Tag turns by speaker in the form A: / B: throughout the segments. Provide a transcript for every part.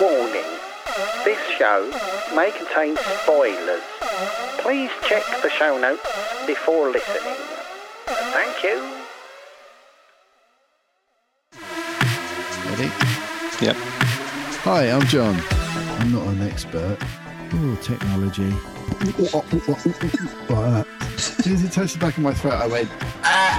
A: Warning. This show may contain spoilers. Please check the show notes before listening. Thank you.
B: Ready?
C: Yep.
B: Hi, I'm John. I'm not an expert. Oh, technology. Like that. As soon as it touched the back of my throat, I went, ah!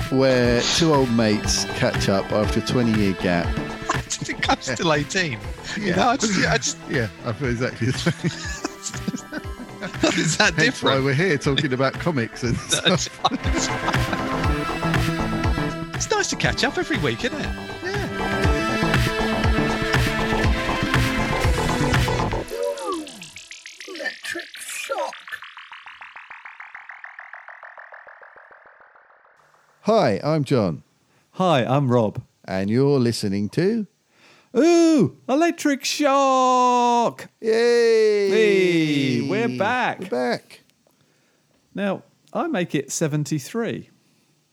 B: where two old mates catch up after a 20 year gap.
C: I think I'm still 18. You
B: Yeah.
C: know, I just, I just,
B: Yeah, I feel exactly the same.
C: it's that
B: That's why
C: different.
B: we're here talking about comics and stuff.
C: it's nice to catch up every week, isn't it?
B: Hi, I'm John,
D: Hi, I'm Rob.
B: and you're listening to
D: Ooh, electric shock!
B: Yay!
D: Hey, we're back.
B: We're back.
D: Now, I make it 73.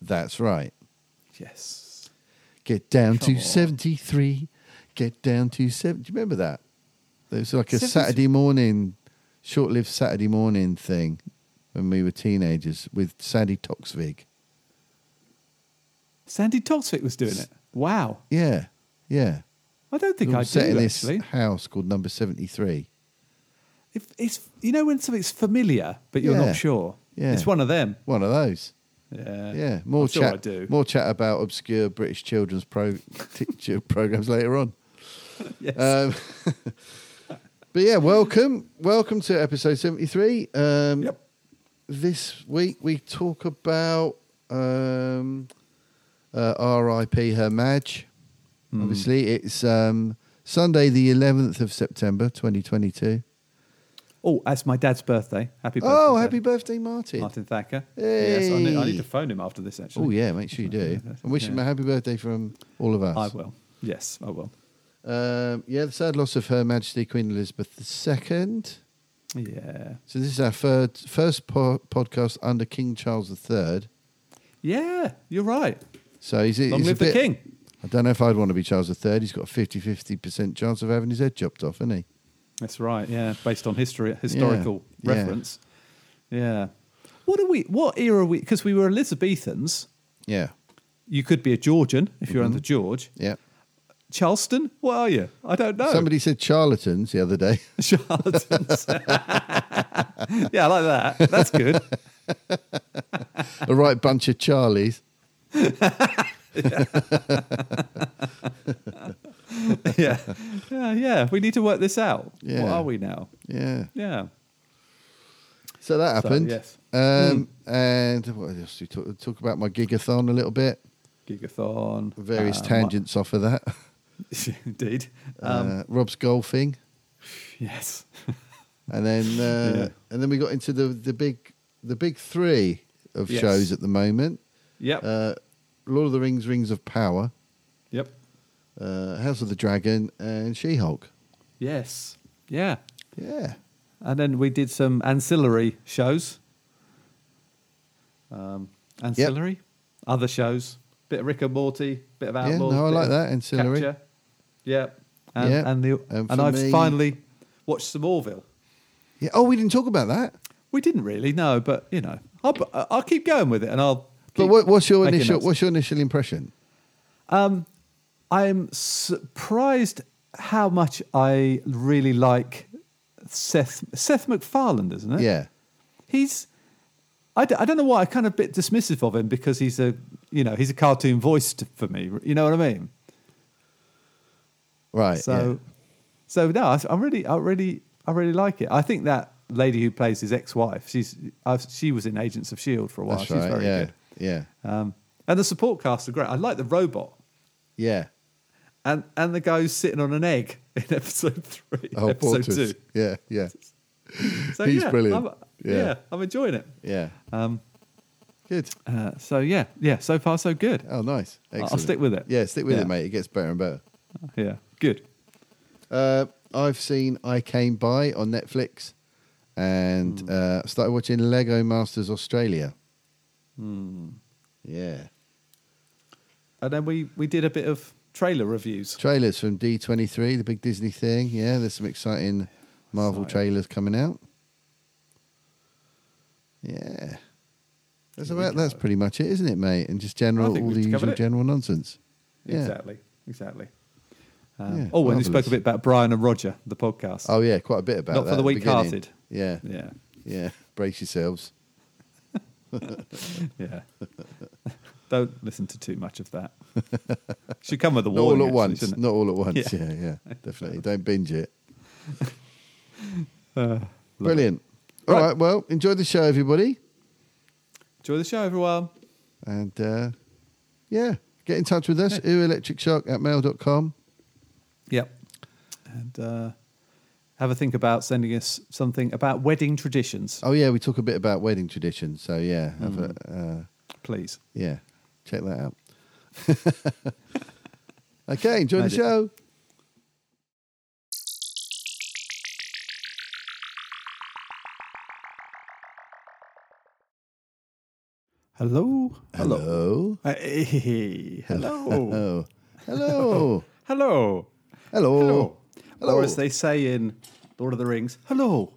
B: That's right.
D: Yes.
B: Get down to
D: Come on.
B: 73. Get down to 70. Do you remember that? There was like a
D: 73.
B: Saturday morning, short lived Saturday morning thing when we were teenagers with Sandy Toxvig.
D: Sandy Toksvik was doing it. Wow.
B: Yeah, yeah.
D: I don't think
B: All
D: I do,
B: set in this
D: actually.
B: house called number 73.
D: If it's, you know when something's familiar, but you're
B: Yeah.
D: not sure?
B: Yeah.
D: It's one of them.
B: One of those.
D: Yeah.
B: Yeah, more
D: I'm sure
B: chat.
D: I do.
B: More chat about obscure British children's pro- teacher programs later on.
D: Yes.
B: Um, but yeah, welcome, welcome to episode seventy-three. Um,
D: Yep.
B: This week we talk about um, uh, R.I.P. Her Madge.
D: Hmm.
B: Obviously, it's um, Sunday, the eleventh of September, twenty twenty-two.
D: Oh, that's my dad's birthday. Happy birthday.
B: Oh,
D: Dad.
B: happy birthday, Martin!
D: Martin Thacker. Yes, I need, I need to phone him after this, actually.
B: Oh yeah, make sure you do. And wish him
D: Yeah.
B: a happy birthday from all of us.
D: I will. Yes, I will.
B: Um, yeah, the sad loss of Her Majesty Queen Elizabeth II.
D: Yeah.
B: So this is our third, first po- podcast under King Charles III.
D: Yeah, you're right.
B: So he's, he's
D: Long
B: a
D: live the
B: bit-
D: king.
B: I don't know if I'd want to be Charles III. He's got a 50-50% chance of having his head chopped off, isn't he?
D: That's right. Yeah, based on history, historical
B: yeah.
D: reference. Yeah. What are we? What era are we? Because we were Elizabethans.
B: Yeah,
D: You could be a Georgian if you're under
B: Mm-hmm.
D: George.
B: yeah.
D: Charleston? What are you? I don't know.
B: Oh. Somebody said charlatans the other day.
D: Charleston's. yeah, I like that. That's good.
B: a right bunch of Charlies.
D: Yeah. Yeah. Yeah. We need to work this out. What
B: Yeah.
D: are we now?
B: Yeah.
D: Yeah.
B: So that
D: So,
B: happened.
D: yes. Hmm.
B: Um, And what else? do We talk, talk about my gigathon a little bit.
D: Gigathon.
B: Various
D: um,
B: tangents off of that.
D: Indeed. Um,
B: uh, Rob's golfing.
D: yes.
B: and then uh,
D: Yeah.
B: and then we got into the the big the big three of
D: Yes.
B: shows at the moment.
D: Yep.
B: Uh, Lord of the Rings, Rings of Power,
D: yep.
B: uh, House of the Dragon, and She Hulk.
D: Yes. Yeah.
B: Yeah,
D: And then we did some ancillary shows. Um, ancillary, other shows, bit of Rick and Morty, bit of
B: Yeah,
D: Outlaws.
B: no, I
D: bit
B: like
D: of
B: that, ancillary.
D: Capture. Yeah, and
B: Yeah,
D: and, the,
B: and
D: and,
B: for
D: I've
B: me-
D: finally watched some Orville.
B: yeah. Oh, we didn't talk about that.
D: We didn't really no, but you know, I'll uh, I'll keep going with it, and I'll.
B: But
D: keep
B: what, what's your
D: making
B: initial
D: notes.
B: what's your initial impression?
D: I'm surprised how much I really like Seth Seth MacFarlane, isn't it?
B: Yeah,
D: he's I, d- I don't know why I'm kind of a bit dismissive of him because he's a you know he's a cartoon voice t- for me. You know what I mean?
B: right.
D: So so no, I, I really I really I really like it. I think that lady who plays his ex-wife, she's I've, she was in Agents of Shield E for a
B: yeah.
D: while.
B: that's
D: she's
B: right.
D: very
B: yeah,
D: good.
B: yeah.
D: Um, And the support cast are great. I like the robot
B: Yeah.
D: and and the guy who's sitting on an egg in episode three,
B: Oh,
D: episode
B: Portus.
D: two.
B: Yeah, yeah,
D: So
B: He's
D: yeah,
B: brilliant.
D: I'm,
B: Yeah.
D: yeah. I'm enjoying it.
B: yeah.
D: Um,
B: Good.
D: uh, so yeah, yeah, so far so good.
B: Oh, nice.
D: I'll
B: Excellent.
D: stick with it.
B: Yeah, stick with
D: Yeah.
B: it, mate. It gets better and better.
D: Yeah, good.
B: Uh, I've seen I Came By on Netflix and
D: Hmm.
B: uh, started watching Lego Masters Australia.
D: Hmm.
B: Yeah.
D: And then we we did a bit of trailer reviews.
B: Trailers from D23, the big Disney thing. Yeah, there's some exciting Marvel
D: Exciting.
B: trailers coming out. Yeah. That's about that's pretty much it, isn't it, mate? And just general
D: think
B: all
D: we've
B: the usual
D: covered it.
B: general nonsense. Yeah.
D: Exactly, exactly.
B: Yeah,
D: Um, oh, and we
B: marvellous.
D: spoke a bit about Brian and Roger, the podcast.
B: Oh yeah, quite a bit about
D: Not
B: that
D: for
B: at
D: the
B: beginning.
D: weak-hearted.
B: Yeah. yeah.
D: yeah,
B: Brace yourselves.
D: yeah. Don't listen to too much of that. Should come with a
B: Not all
D: warning.
B: at
D: actually,
B: once.
D: shouldn't it?
B: Not all at once. Yeah,
D: Yeah.
B: yeah. Definitely. Don't binge it.
D: Uh,
B: Brilliant. All right.
D: Right.
B: Well, enjoy the show, everybody.
D: enjoy the show, everyone.
B: And uh, yeah, get in touch with us, ooelectricshock at mail.com.
D: Yep. And uh, have a think about sending us something about wedding traditions,
B: Oh, yeah, we talk a bit about wedding tradition. So, yeah, have a, uh,
D: please.
B: yeah, check that out. okay, enjoy the
D: Magic.
B: show.
D: Hello. Uh,
B: Hello. Oh.
D: Hey, hello.
B: Hello. Hello.
D: Hello.
B: Hello.
D: Or as they say in Lord of the Rings, hello.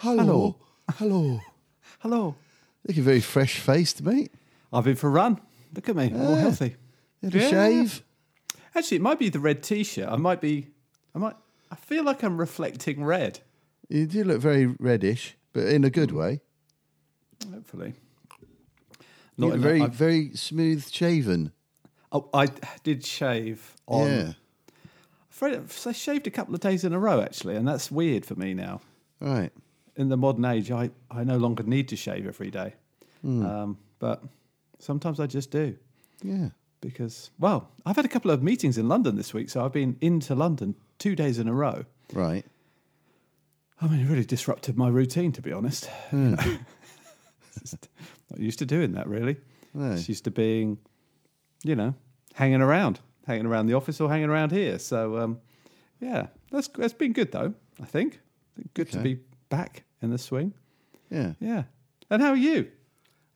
B: Hello. Hello.
D: Hello.
B: Looking very fresh faced, mate.
D: I've been for a run. Look at me, all
B: Ah.
D: healthy.
B: Had a
D: Yeah.
B: shave.
D: Actually, it might be the red T-shirt. I might be. I might. I feel like I'm reflecting red.
B: You do look very reddish, but in a good
D: Mm.
B: way.
D: Hopefully.
B: You
D: Not
B: look
D: in
B: very,
D: very. I,
B: very smooth shaven.
D: oh, I did shave on.
B: Yeah.
D: Afraid of- I shaved a couple of days in a row actually, and that's weird for me now.
B: Right.
D: In the modern age, I, I no longer need to shave every day,
B: Hmm.
D: um, but sometimes I just do
B: Yeah.
D: because well, I've had a couple of meetings in London this week, so I've been into London two days in a row.
B: Right.
D: I mean, it really disrupted my routine to be honest.
B: Hmm.
D: Just not used to doing that really.
B: No.
D: Just used to being, you know, hanging around, hanging around the office or hanging around here. So um, yeah, that's that's been good though. I think good to
B: Okay.
D: be back in the swing.
B: Yeah.
D: Yeah. And how are you?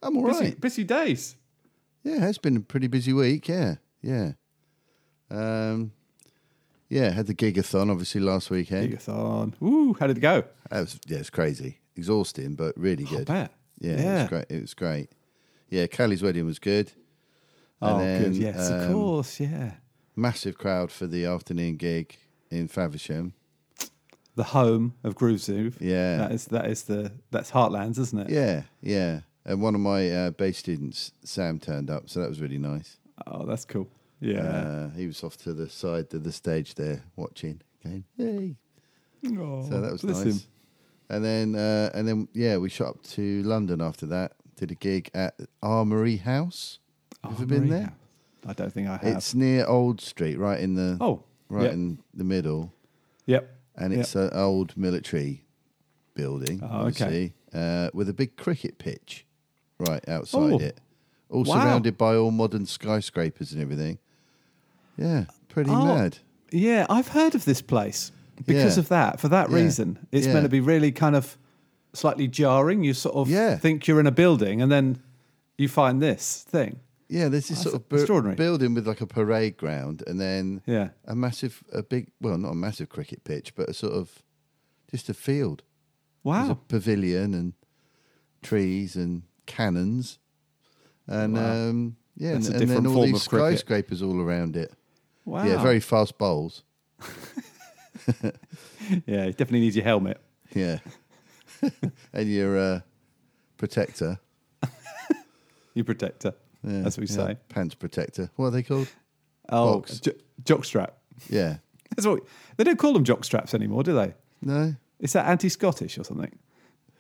B: I'm all right.
D: Busy, busy days.
B: Yeah, it's been a pretty busy week. Yeah. Yeah. Um, yeah, had the gigathon obviously last weekend.
D: Gigathon. Ooh, how did it go?
B: That was yeah, it's crazy, exhausting, but really
D: I
B: good.
D: bet.
B: Yeah, it
D: Oh, Yeah.
B: was great. It was great. Yeah, Callie's wedding was good.
D: Oh,
B: And
D: good.
B: then,
D: Yes, of
B: um,
D: course. Yeah.
B: Massive crowd for the afternoon gig in Faversham.
D: The home of Groovezoove.
B: Yeah.
D: That is that is the that's Heartlands, isn't it?
B: Yeah, yeah. And one of my uh, bass students, Sam, turned up, so that was really nice.
D: Oh, that's cool. Yeah.
B: Uh, he was off to the side of the stage there watching. Going, hey.
D: Oh,
B: So that was
D: bless
B: nice.
D: him.
B: And then, uh, and then, yeah, we shot up to London after that. Did a gig at Armory House. Have you been
D: Oh, Maria.
B: there?
D: I don't think I have.
B: It's near Old Street, right in the
D: Oh,
B: right
D: yep.
B: in the middle,
D: yep.
B: and it's uh,
D: Yep.
B: an old military building,
D: Oh, okay.
B: obviously, uh, with a big cricket pitch right outside
D: Oh.
B: it, all
D: Wow.
B: surrounded by all modern skyscrapers and everything. Yeah, pretty
D: Oh.
B: mad.
D: yeah. I've heard of this place because
B: Yeah.
D: of that. For that
B: Yeah.
D: reason, it's
B: Yeah.
D: meant to be really kind of slightly jarring. You sort of
B: Yeah.
D: think you're in a building, and then you find this thing.
B: Yeah, there's this
D: That's
B: sort of bu-
D: extraordinary.
B: building with like a parade ground, and then
D: Yeah.
B: a massive, a big, well, not a massive cricket pitch, but a sort of just a field. There's a
D: Wow.
B: pavilion and trees and cannons, and
D: Wow.
B: um, yeah,
D: That's a
B: and, and then
D: different
B: all
D: form
B: these
D: of cricket.
B: skyscrapers all around it.
D: Wow.
B: Yeah, very fast bowls.
D: Yeah. You definitely need your helmet.
B: Yeah, and your uh, protector.
D: Your protector.
B: Yeah,
D: That's what we
B: yeah,
D: say.
B: Pants protector. What are they called?
D: Oh,
B: Box.
D: jo- jockstrap.
B: Yeah.
D: That's what we- they don't call them jockstraps anymore, do they?
B: No.
D: Is that anti-Scottish or something?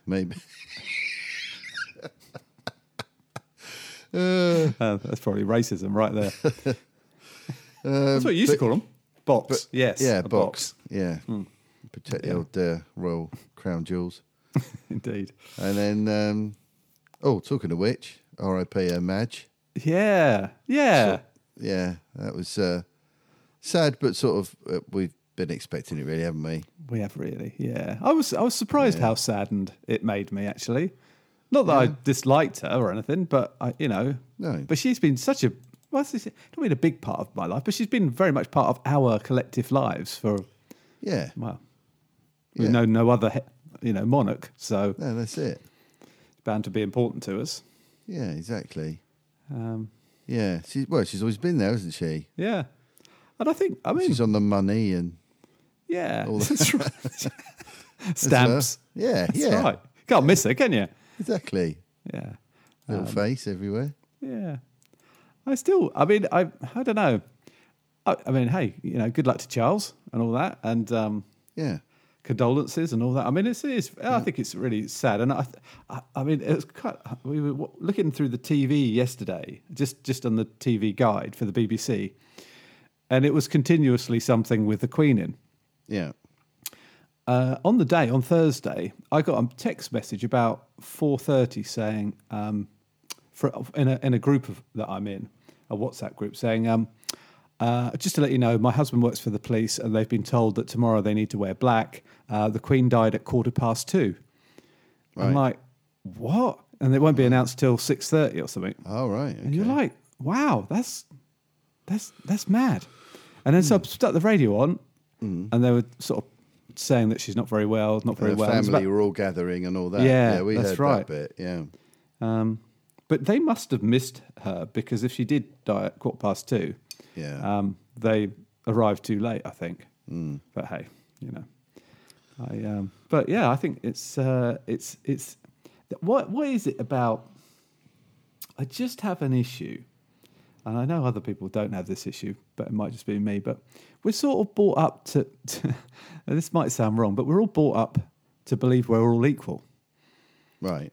B: Maybe. Uh,
D: Uh, that's probably racism right there. that's what you
B: Um, but-
D: used to call them. Box. yes.
B: yeah,
D: a Hmm.
B: box. Yeah. Protect the old uh, royal crown jewels.
D: Indeed.
B: And then, um, oh, talking of which, RIP uh, Madge.
D: Yeah. Yeah.
B: Yeah, that was uh, sad, but sort of uh, we've been expecting it, really, haven't we?
D: We have really, yeah. I was I was surprised how saddened it made me actually. Not that I disliked her or anything, but I you know
B: No.
D: But she's been such a well, this, not been a big part of my life, but she's been very much part of our collective lives for
B: Yeah,
D: well, we
B: Yeah.
D: know no other he- you know monarch, so
B: no, that's it.
D: it's bound to be important to us.
B: Yeah, exactly.
D: Um,
B: Yeah, she's well, she's always been there, hasn't she?
D: yeah, and I think I mean
B: She's on the money and
D: yeah,
B: all that.
D: That's right. stamps.
B: Yeah,
D: That's
B: yeah,
D: right. Can't miss her, can you?
B: exactly.
D: Yeah. Um,
B: Little face everywhere.
D: Yeah, I still. I mean, I. I don't know. I, I mean, hey, you know, good luck to Charles and all that, and um,
B: Yeah,
D: condolences and all that. I mean, it's, it's I think it's really sad, and I. th- I, I mean, it was quite. We were wa- looking through the TV yesterday, just just on the TV guide for the BBC, and it was continuously something with the Queen in.
B: yeah.
D: Uh, on the day on Thursday, I got a text message about four thirty saying, um, for, in a in a group of, that I'm in, a WhatsApp group saying, um, uh, just to let you know, my husband works for the police, and they've been told that tomorrow they need to wear black. Uh, the Queen died at quarter past two.
B: Right.
D: I'm like, what? And it won't be announced till six thirty or something.
B: All right. Okay.
D: And you're like, wow, that's that's that's mad. And then
B: Hmm.
D: so I stuck the radio on, and they were sort of saying that she's not very well, not very
B: Her
D: well. It was
B: family
D: about-
B: were all gathering and all that.
D: Yeah,
B: we
D: that's
B: heard that
D: right.
B: bit. Yeah,
D: um, but they must have missed her because if she did die at quarter past two,
B: yeah.
D: um, they arrived too late, I think. But hey, you know. I, um, but yeah, I think it's uh, it's it's what what is it about? I just have an issue, and I know other people don't have this issue, but it might just be me. But we're sort of brought up to, to and this might sound wrong, but we're all brought up to believe we're all equal.
B: right.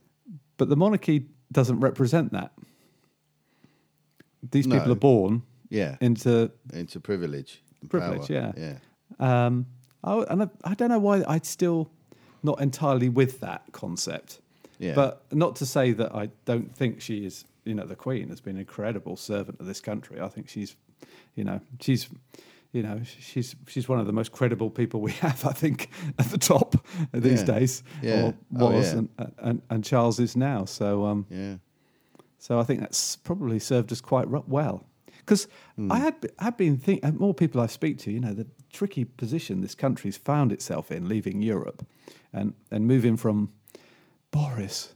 D: But the monarchy doesn't represent that. These people
B: No.
D: are born
B: Yeah.
D: into
B: Into privilege. and
D: Privilege,
B: power.
D: yeah.
B: Yeah.
D: Um, I, and I, I don't know why I'd still not entirely with that concept.
B: Yeah.
D: But not to say that I don't think she is, you know, the Queen has been an incredible servant of this country. I think she's, you know, she's, you know, she's she's one of the most credible people we have. I think at the top these
B: Yeah.
D: days,
B: Yeah.
D: or
B: Oh,
D: was
B: yeah.
D: and, and and Charles is now. So um,
B: Yeah.
D: so I think that's probably served us quite ru- well. Because
B: Hmm.
D: I had had been thinking, more people I speak to, you know, the tricky position this country's found itself in, leaving Europe, and and moving from Boris.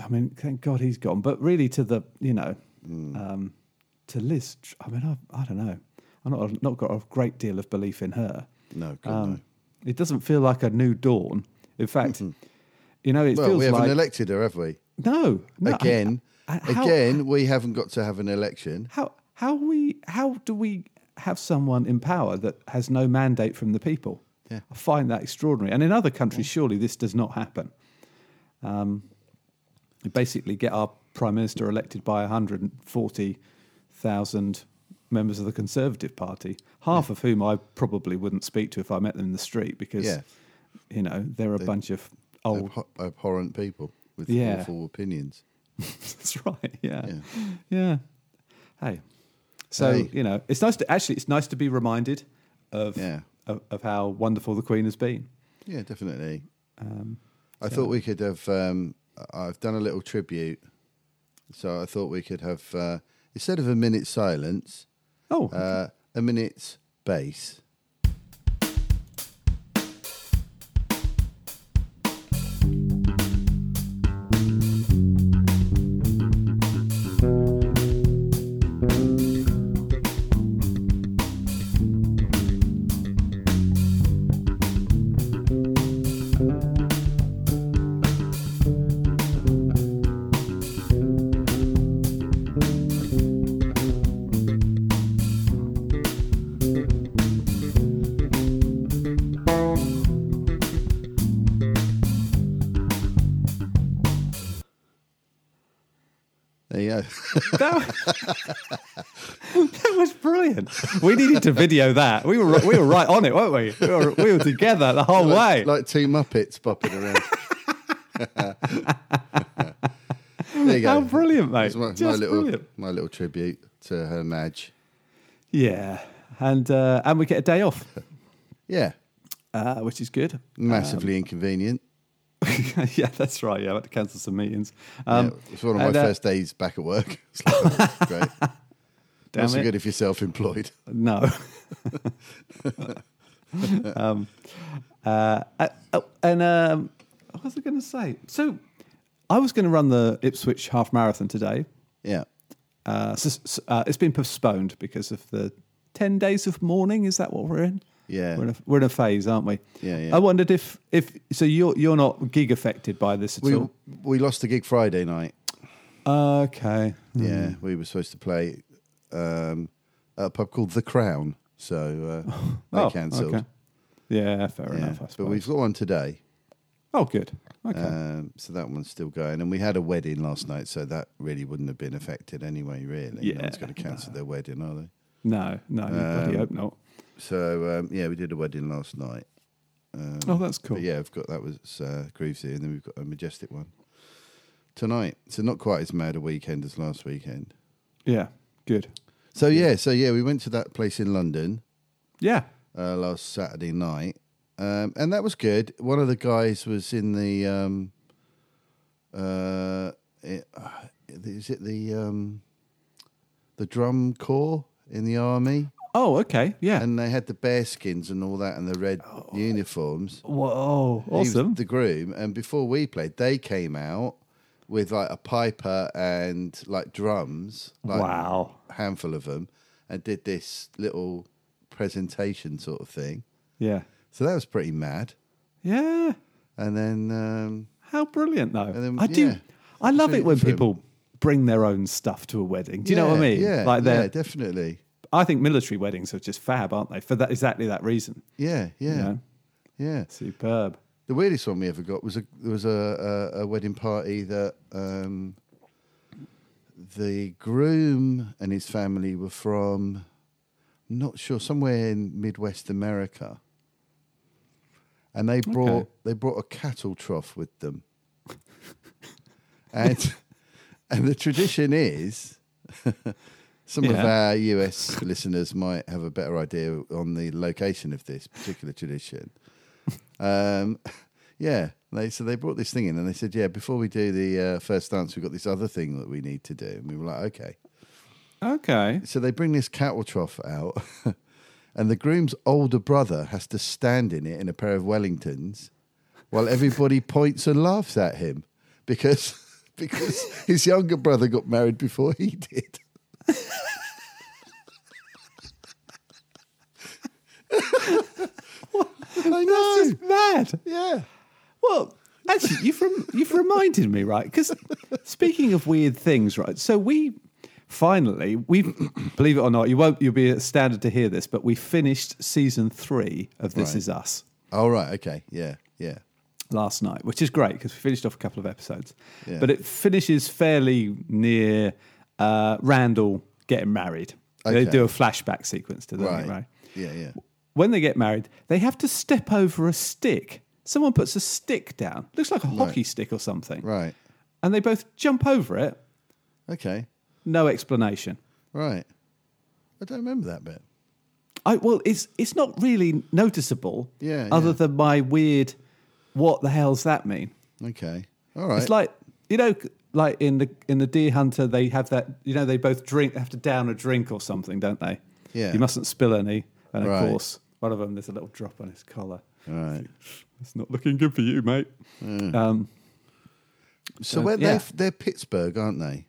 D: I mean, thank God he's gone, but really to the you know,
B: Hmm.
D: um, to Liz. Tr- I mean, I, I don't know. I'm not I've not got a great deal of belief in her.
B: No. God, no.
D: Um, it doesn't feel like a new dawn. In fact, you know, it
B: Mm-hmm. Well,
D: feels
B: we haven't
D: like
B: elected her, have we?
D: no, no I-
B: again,
D: I- how-
B: again, we haven't got to have an election.
D: how how we how do we have someone in power that has no mandate from the people?
B: Yeah.
D: I find that extraordinary. And in other countries, surely this does not happen. Um, we basically get our prime minister elected by 140,000 members of the Conservative Party, half of whom I probably wouldn't speak to if I met them in the street because,
B: Yeah.
D: you know, they're a bunch of old
B: Abhor- Oh, abhorrent people with
D: Yeah.
B: awful opinions.
D: That's right. Yeah.
B: Yeah.
D: Yeah. Hey. So,
B: Hey.
D: you know, it's nice to actually it's nice to be reminded of
B: Yeah.
D: of, of how wonderful the Queen has been.
B: Yeah, definitely.
D: Um,
B: I thought we could have. Um, I- I've done a little tribute, so I thought we could have uh, instead of a minute silence,
D: Oh,
B: uh, a minute's bass.
D: That was, that was brilliant. We needed to video that. We were we were right on it, weren't we? We were, we were together the whole way.
B: Like, like two Muppets bopping around. there you go.
D: How brilliant, mate!
B: It's my, my
D: Just
B: little
D: brilliant.
B: my little tribute to her Madge.
D: Yeah, and uh, and we get a day off,
B: Yeah,
D: uh, which is good. Um,
B: massively inconvenient.
D: yeah, that's right. Yeah, I had to cancel some meetings.
B: Yeah,
D: Um,
B: it's one of my
D: and, uh,
B: first days back at work. It's like, oh, great.
D: damn
B: Not so
D: it.
B: good if you're self-employed.
D: No. um, uh, I- oh, and um, what was I going to say? So I was going to run the Ipswich half marathon today.
B: Yeah.
D: Uh, s- s- uh, it's been postponed because of the 10 days of mourning. Is that what we're in?
B: Yeah.
D: We're in a, we're in a phase, aren't we?
B: Yeah, yeah.
D: I wondered if, if so you're, you're not gig affected by this at
B: We
D: all.
B: we lost the gig Friday night.
D: Okay.
B: Yeah, we were supposed to play um, at a pub called The Crown, so uh, they
D: Oh,
B: cancelled.
D: okay. Yeah, fair
B: Yeah,
D: enough. I
B: but
D: suppose.
B: we've got one today,
D: oh, good. Okay.
B: um, so that one's still going. And we had a wedding last night, so that really wouldn't have been affected anyway. Really, no one's
D: Yeah,
B: going to cancel their wedding, are they?
D: no, no,
B: um,
D: you bloody hope not.
B: So um, yeah, we did a wedding last night. Um,
D: Oh, that's cool.
B: But yeah, I've got that was uh, Groovesy, and then we've got a majestic one tonight. So not quite as mad a weekend as last weekend.
D: Yeah, good.
B: So yeah, so yeah, we went to that place in London
D: Yeah.
B: uh, last Saturday night, um, and that was good. One of the guys was in the, um, uh, it, uh, is it the um, the drum corps in the army,
D: Oh, okay. Yeah.
B: and they had the bearskins and all that, and the red uniforms.
D: Whoa,
B: He was
D: awesome.
B: the groom, and before we played, they came out with like a piper and like drums, like
D: wow.
B: a handful of them, and did this little presentation sort of thing.
D: Yeah.
B: So that was pretty mad.
D: Yeah.
B: And then, um,
D: How brilliant, though.
B: then-
D: I do.
B: yeah.
D: I love
B: Really
D: it when
B: for him.
D: people bring their own stuff to a wedding. Do you know what I
B: yeah,
D: mean?
B: Yeah,
D: Like
B: yeah,
D: they're.
B: definitely.
D: I think military weddings are just fab, aren't they? For that exactly that reason.
B: Yeah, yeah,
D: Yeah.
B: yeah.
D: Superb.
B: The weirdest one we ever got was a there was a, a, a wedding party that um, the groom and his family were from. Not sure, somewhere in Midwest America, and they brought they brought a cattle trough with them, and and the tradition is. Some of
D: Yeah.
B: our US listeners might have a better idea on the location of this particular tradition. Um, yeah, they so they brought this thing in and they said, yeah, before we do the uh, first dance, we've got this other thing that we need to do, and we were like, okay.
D: Okay.
B: So they bring this cattle trough out, and the groom's older brother has to stand in it in a pair of Wellingtons, while everybody points and laughs at him because because his younger brother got married before he did. I know.
D: This is mad.
B: Yeah.
D: Well, actually, you've rem- you've reminded me, right? Because speaking of weird things, right? So we finally we believe it or not, you won't you'll be astounded to hear this, but we finished season three of This
B: Right.
D: Is Us
B: All Oh, right. Okay. Yeah. Yeah.
D: last night, which is great because we finished off a couple of episodes,
B: Yeah.
D: but it finishes fairly near uh, Randall getting married. They
B: Okay.
D: do a flashback sequence to that,
B: Right.
D: right?
B: Yeah. Yeah.
D: when they get married, they have to step over a stick. Someone puts a stick down. Looks like a hockey stick or something.
B: Right.
D: And they both jump over it.
B: Okay.
D: No explanation.
B: Right. I don't remember that bit.
D: I well, it's it's not really noticeable.
B: Yeah,
D: Other
B: yeah.
D: than my weird, what the hell's that mean?
B: Okay. All right.
D: It's like you know, like in the in the Deer Hunter, they have that. You know, they both drink. Have to down a drink or something, don't they?
B: Yeah.
D: You mustn't spill any. And
B: Right.
D: of course, one of them there's a little drop on his collar.
B: right.
D: It's not looking good for you, mate. Um,
B: So where
D: Uh, yeah.
B: they're, they're Pittsburgh, aren't they?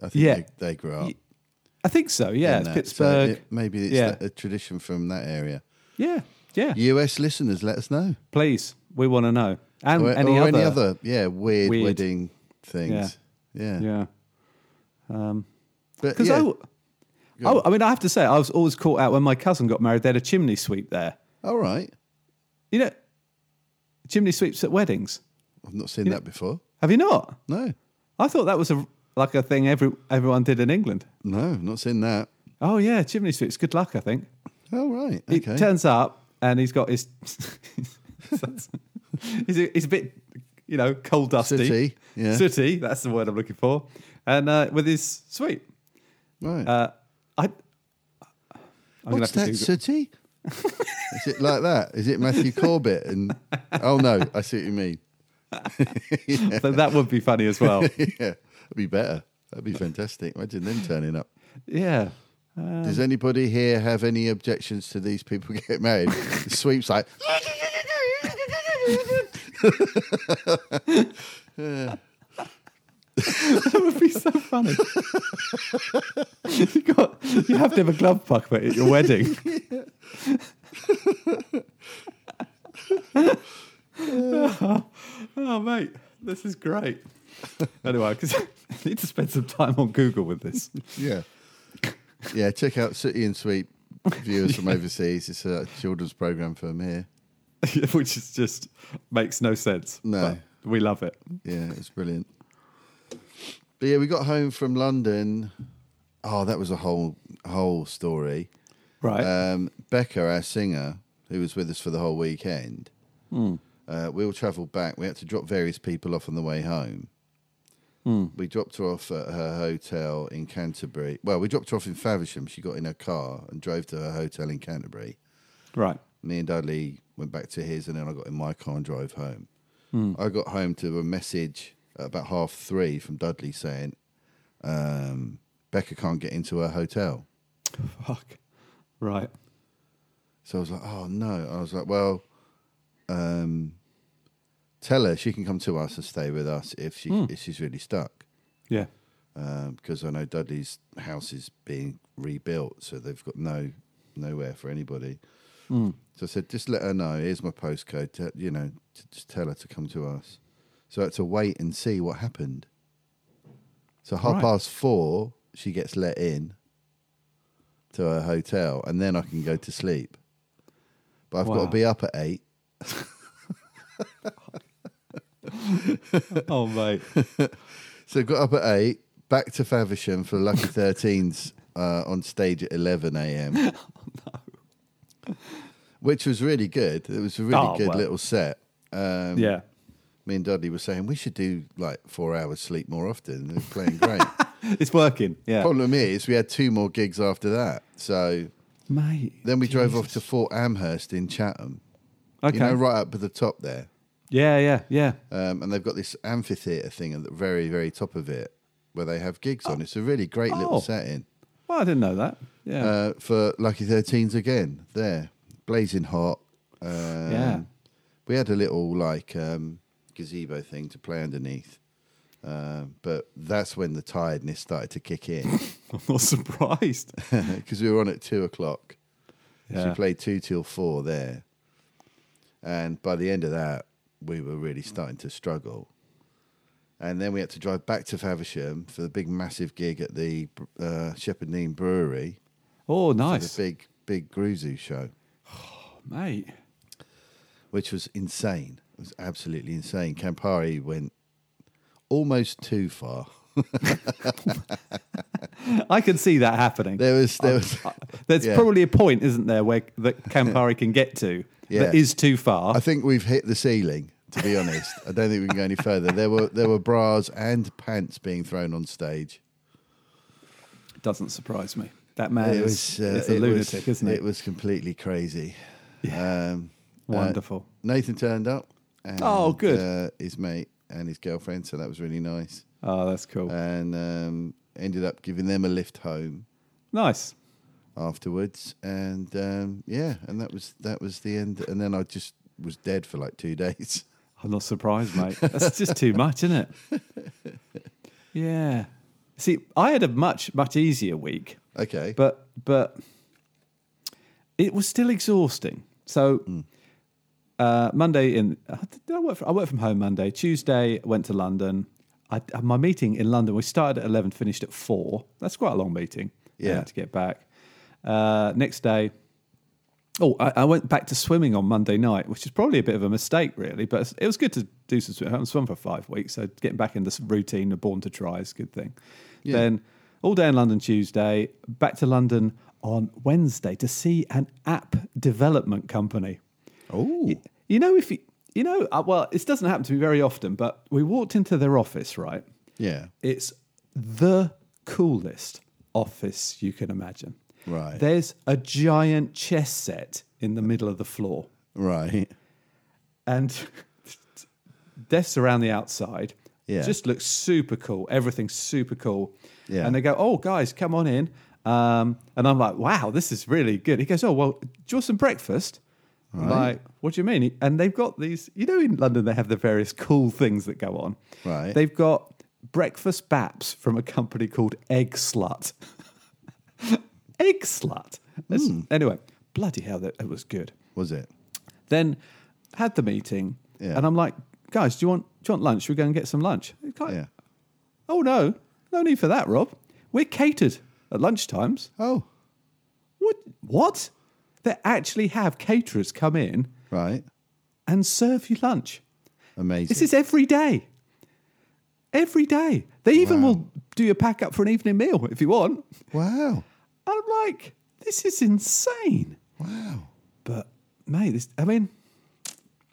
B: I think
D: Yeah.
B: they, they grew up.
D: Y- I think so. Yeah,
B: in
D: it's
B: that. So uh,
D: Pittsburgh.
B: it- maybe it's
D: Yeah.
B: that- a tradition from that area.
D: yeah, yeah.
B: US listeners, let us know.
D: Please, we want to know. And
B: Or,
D: Um, any,
B: or
D: other.
B: any other, yeah, weird,
D: weird-
B: wedding things. Yeah.
D: Yeah.
B: But
D: Because
B: yeah.
D: I, I, I mean, I have to say, I was always caught out when my cousin got married. They had a chimney sweep there.
B: all right.
D: You know, chimney sweeps at weddings.
B: I've not seen that before.
D: Have you not?
B: No.
D: I thought that was a like a thing every everyone did in England.
B: No, not seen that.
D: Oh yeah, chimney sweeps. Good luck, I think.
B: Oh right.
D: He
B: Okay.
D: turns up and he's got his. he's, a, he's a bit, you know, coal dusty,
B: Sooty, yeah.
D: Sooty, That's the word I'm looking for. And uh, with his sweep,
B: right.
D: uh, I. I'm
B: What's that
D: Google-
B: city? Is it like that? Is it Matthew Corbett? And oh no, I see what you mean.
D: But that would be funny as well.
B: yeah, that'd be better. That'd be fantastic. Imagine them turning up.
D: yeah.
B: Does anybody here have any objections to these people get married? The sweeps like.
D: That would be so funny. you, got, you have to have a glove pocket at your wedding. oh, mate, this is great. Anyway, 'cause I need to spend some time on Google with this.
B: Yeah. Yeah, check out City and Sweep viewers from overseas. It's a children's program from here.
D: which is just makes no sense.
B: No.
D: but we love it.
B: Yeah, it's brilliant. But yeah, we got home from London. Oh, that was a whole whole story.
D: Right.
B: Um, Becca, our singer, who was with us for the whole weekend, uh, we all travelled back. We had to drop various people off on the way home. We dropped her off at her hotel in Canterbury. Well, we dropped her off in Faversham. She got in her car and drove to her hotel in Canterbury.
D: right.
B: Me and Dudley went back to his, and then I got in my car and drove home. I got home to a message at about half three from Dudley saying, um, Becca can't get into her hotel.
D: Fuck. Right.
B: So I was like, oh no. I was like, well, um, tell her she can come to us and stay with us if she if she's really stuck.
D: Yeah.
B: Because um, I know Dudley's house is being rebuilt, so they've got no nowhere for anybody.
D: Hmm.
B: So I said, just let her know. Here's my postcode. Te- you know, t- just tell her to come to us. So I had to wait and see what happened. So half
D: Right.
B: past four, she gets let in to her hotel, and then I can go to sleep. But I've got
D: Wow.
B: to be up at eight.
D: Oh, mate.
B: So got up at eight, back to Faversham for the Lucky Thirteens uh, on stage at eleven a.m.
D: Oh,
B: Which was really good. It was a really
D: Oh,
B: good
D: well.
B: little set. Um,
D: yeah.
B: Me and Dudley were saying we should do like four hours sleep more often. They're playing great.
D: It's working. Yeah.
B: Problem is, we had two more gigs after that. So
D: Mate.
B: then we drove off to Fort Amherst in Chatham.
D: Okay.
B: You know, right up at the top there.
D: Yeah, yeah, yeah.
B: um, and they've got this amphitheater thing at the very, very top of it where they have gigs on. It's a really great
D: Oh.
B: little setting
D: Well, I didn't know that. Yeah.
B: uh, for Lucky Thirteens again. There, blazing hot. Um,
D: yeah.
B: we had a little like um, gazebo thing to play underneath, um, but that's when the tiredness started to kick in
D: I'm not surprised.
B: because we were on at two o'clock.
D: Yeah.
B: She played two till four there, and by the end of that, we were really starting to struggle. And then we had to drive back to Faversham for the big, massive gig at the uh, Shepherdine Brewery
D: Oh,
B: for
D: nice.
B: the big, big Gruzu show,
D: Mate.
B: which was insane. It was absolutely insane. Campari went almost too far.
D: I can see that happening.
B: There was, there was.
D: There's
B: yeah.
D: probably a point, isn't there, where that Campari can get to
B: Yeah.
D: that is too far.
B: I think we've hit the ceiling. To be honest, I don't think we can go any further. There were there were bras and pants being thrown on stage.
D: Doesn't surprise me. That man
B: it
D: is,
B: was uh,
D: is a
B: it
D: lunatic,
B: was,
D: isn't he?
B: It was completely crazy. Um, uh,
D: Wonderful.
B: Nathan turned up. And,
D: Oh, good.
B: Uh, his mate and his girlfriend, so that was really nice.
D: oh, that's cool.
B: And um, ended up giving them a lift home
D: nice.
B: afterwards. And um, yeah, and that was that was the end. And then I just was dead for like two days.
D: I'm not surprised, mate. That's just too much, isn't it? Yeah. See, I had a much, much easier week.
B: Okay,
D: but but it was still exhausting. So uh, Monday in uh, did I work from, I worked from home Monday. Tuesday went to London. I, uh, my meeting in London. We started at eleven, finished at four. That's quite a long meeting. I
B: Yeah.
D: had to get back. Uh, next day, Oh, I, I went back to swimming on Monday night, which is probably a bit of a mistake, really, but it was good to do some swimming. I haven't swum for five weeks, so getting back in this routine of born to try is a good thing. Then all day in London Tuesday, back to London on Wednesday to see an app development company.
B: Oh,
D: Y- You know, if you, you know, uh, well, this doesn't happen to me very often, but we walked into their office, right?
B: yeah.
D: It's the coolest office you can imagine.
B: Right.
D: There's a giant chess set in the middle of the floor
B: Right.
D: and desks around the outside.
B: Yeah.
D: Just looks super cool. Everything's super cool.
B: Yeah.
D: And they go, oh, guys, come on in. Um, and I'm like, wow, this is really good. He goes, oh, well, do you want some breakfast? I'm Like, what do you mean? And they've got these, you know, in London, they have the various cool things that go on.
B: Right.
D: They've got breakfast baps from a company called Egg Slut. Egg Slut. That's-
B: Hmm.
D: Anyway, bloody hell, that, it was good
B: Was it?
D: then had the meeting
B: Yeah.
D: and i'm like guys do you want do you want lunch we go and get some lunch It's like,
B: Yeah.
D: oh no no need for that rob we're catered at lunch times
B: Oh,
D: what what they actually have caterers come in
B: right.
D: and serve you lunch
B: Amazing.
D: this is every day every day they even
B: Wow.
D: will do your pack up for an evening meal if you want
B: wow.
D: i'm like this is insane
B: Wow.
D: but mate this i mean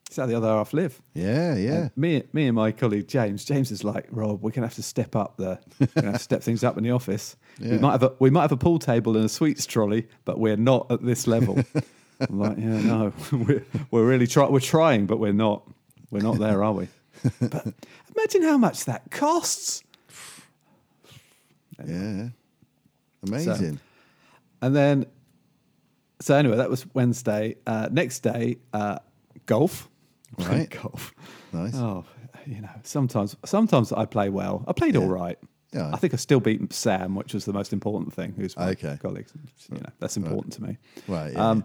D: it's how the other half live
B: Yeah. Yeah.
D: And me, me and my colleague James. James is like, Rob, we're gonna have to step up the, we're gonna have to step things up in the office.
B: Yeah.
D: We might have a we might have a pool table and a sweets trolley, but we're not at this level. I'm like, yeah, no, we're we're really trying. We're trying, but we're not. We're not there, are we? But imagine how much that costs.
B: yeah. Amazing.
D: And then, so anyway, that was Wednesday. Uh, next day, uh, golf.
B: Right.
D: golf.
B: Nice.
D: Oh, you know, sometimes sometimes I play well. I played all right.
B: Yeah.
D: I think I still beat Sam, which was the most important thing. Who's my
B: Okay.
D: colleague? You know, that's important to me.
B: Right. Yeah.
D: Um,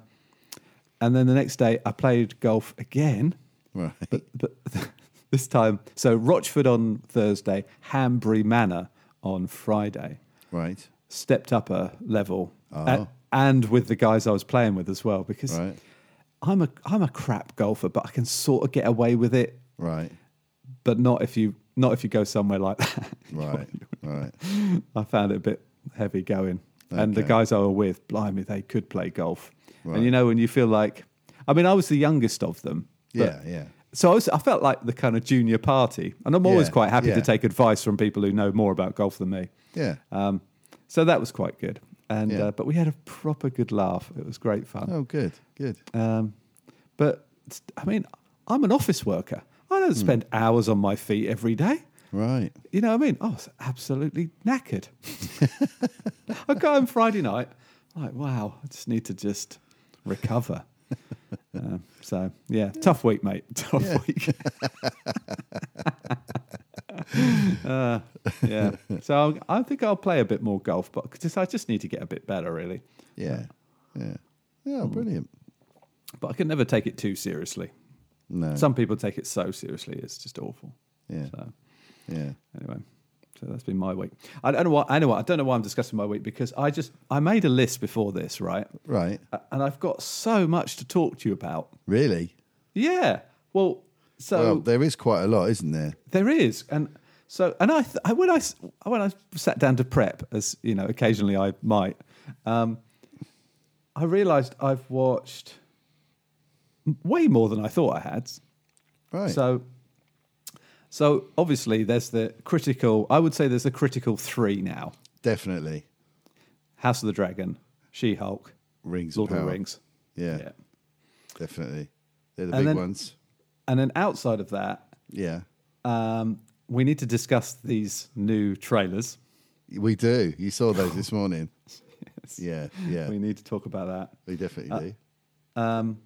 D: and then the next day, I played golf again,
B: right.
D: but but this time, so Rochford on Thursday, Hanbury Manor on Friday
B: right.
D: stepped up a level, and, and with the guys I was playing with as well, because
B: Oh. Right.
D: I'm a I'm a crap golfer, but I can sort of get away with it,
B: Right.
D: but not if you not if you go somewhere like that.
B: Right. Right.
D: I found it a bit heavy going, and the
B: Okay.
D: guys I were with, blimey, they could play golf,
B: Right.
D: and you know when you feel like, I mean, I was the youngest of them, but-
B: Yeah. Yeah.
D: So I, was, I felt like the kind of junior party, and I'm always
B: Yeah,
D: quite happy
B: yeah.
D: to take advice from people who know more about golf than me.
B: Yeah.
D: Um, so that was quite good. And
B: Yeah.
D: uh, but we had a proper good laugh. It was great fun.
B: Oh, good. Good.
D: Um, but it's- I mean, I'm an office worker. I don't
B: Hmm.
D: spend hours on my feet every day.
B: Right.
D: You know what I mean? I was absolutely knackered. I got home Friday night. Like, wow, I just need to just recover. um, so yeah, tough week, mate. Tough week. Uh, yeah. So I'll, I think I'll play a bit more golf, but 'cause I just need to get a bit better, really.
B: Yeah.
D: uh,
B: Yeah. Yeah. Oh, Brilliant.
D: But I can never take it too seriously.
B: No.
D: Some people take it so seriously, it's just awful.
B: Yeah.
D: So.
B: Yeah.
D: anyway so that's been my week i don't know why i know what- i don't know why i'm discussing my week because i just i made a list before this right
B: Right.
D: A- and i've got so much to talk to you about
B: Really?
D: yeah well so
B: Well, there is quite a lot, isn't there?
D: there is and so and I, th- I when i s- when i sat down to prep as you know occasionally i might um i realized i've watched m- way more than i thought i had
B: Right.
D: so, so obviously, there's the critical. I would say there's the critical three now:
B: Definitely.
D: House of the Dragon, She Hulk,
B: Rings of
D: Lord of, the
B: Power.
D: Rings.
B: Yeah. Definitely. They're the
D: And
B: big
D: then-
B: ones.
D: And then outside of that,
B: Yeah.
D: um, we need to discuss these new trailers.
B: We do. You saw those this morning. Yeah. Yeah.
D: We Uh, need to talk about that.
B: We definitely do.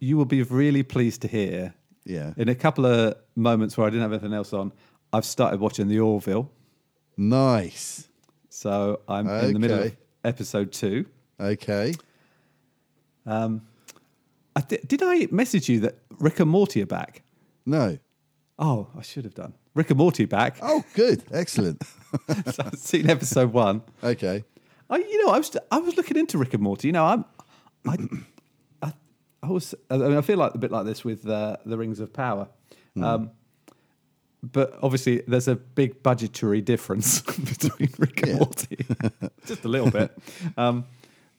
D: You will be really pleased to hear.
B: Yeah.
D: In a couple of moments where I didn't have anything else on, I've started watching The Orville.
B: Nice.
D: So I'm in the middle of
B: Okay.
D: episode two.
B: Okay.
D: I thi- did I message you that Rick and Morty are back?
B: No.
D: Oh, I should have done. Rick and Morty back.
B: Oh, good. Excellent.
D: So I've seen episode one.
B: Okay.
D: I, you know, I was I was looking into Rick and Morty. You know, I'm I I was. I mean, I feel like a bit like this with uh, the Rings of Power.
B: Hmm.
D: Um, but obviously, there's a big budgetary difference between Rick and Morty, just a little bit. Um,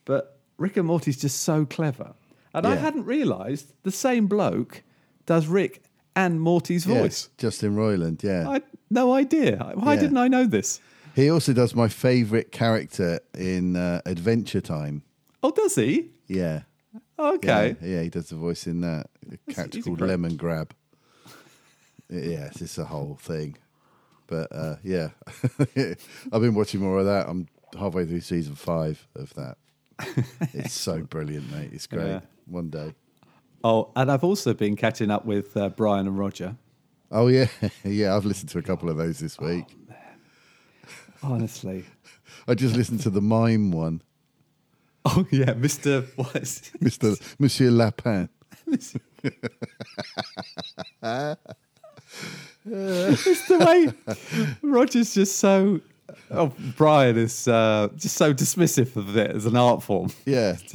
D: but Rick and Morty's just so clever, and I
B: Yeah.
D: hadn't realised the same bloke does Rick and Morty's voice.
B: Justin Roiland, yeah.
D: I had no idea. Why
B: Yeah.
D: didn't I know this?
B: He also does my favourite character in uh, Adventure Time.
D: Oh, does he?
B: Yeah. Yeah,
D: Okay.
B: Yeah, he does the voice in that. A character
D: he's a
B: called
D: great-
B: Lemon Grab. yeah, it's just a whole thing. But uh, yeah, I've been watching more of that. I'm halfway through season five of that. It's so brilliant, mate. It's great.
D: Yeah.
B: One day.
D: Oh, and I've also been catching up with uh, Brian and Roger.
B: Oh, yeah. yeah, I've listened to a couple of those
D: Oh.
B: this week.
D: Honestly.
B: I just listened to the mime one,
D: Oh yeah, Mr. What is
B: Mr. Monsieur Lapin.
D: it's the way Roger's just so oh Brian is uh, just so dismissive of it as an art form.
B: Yeah.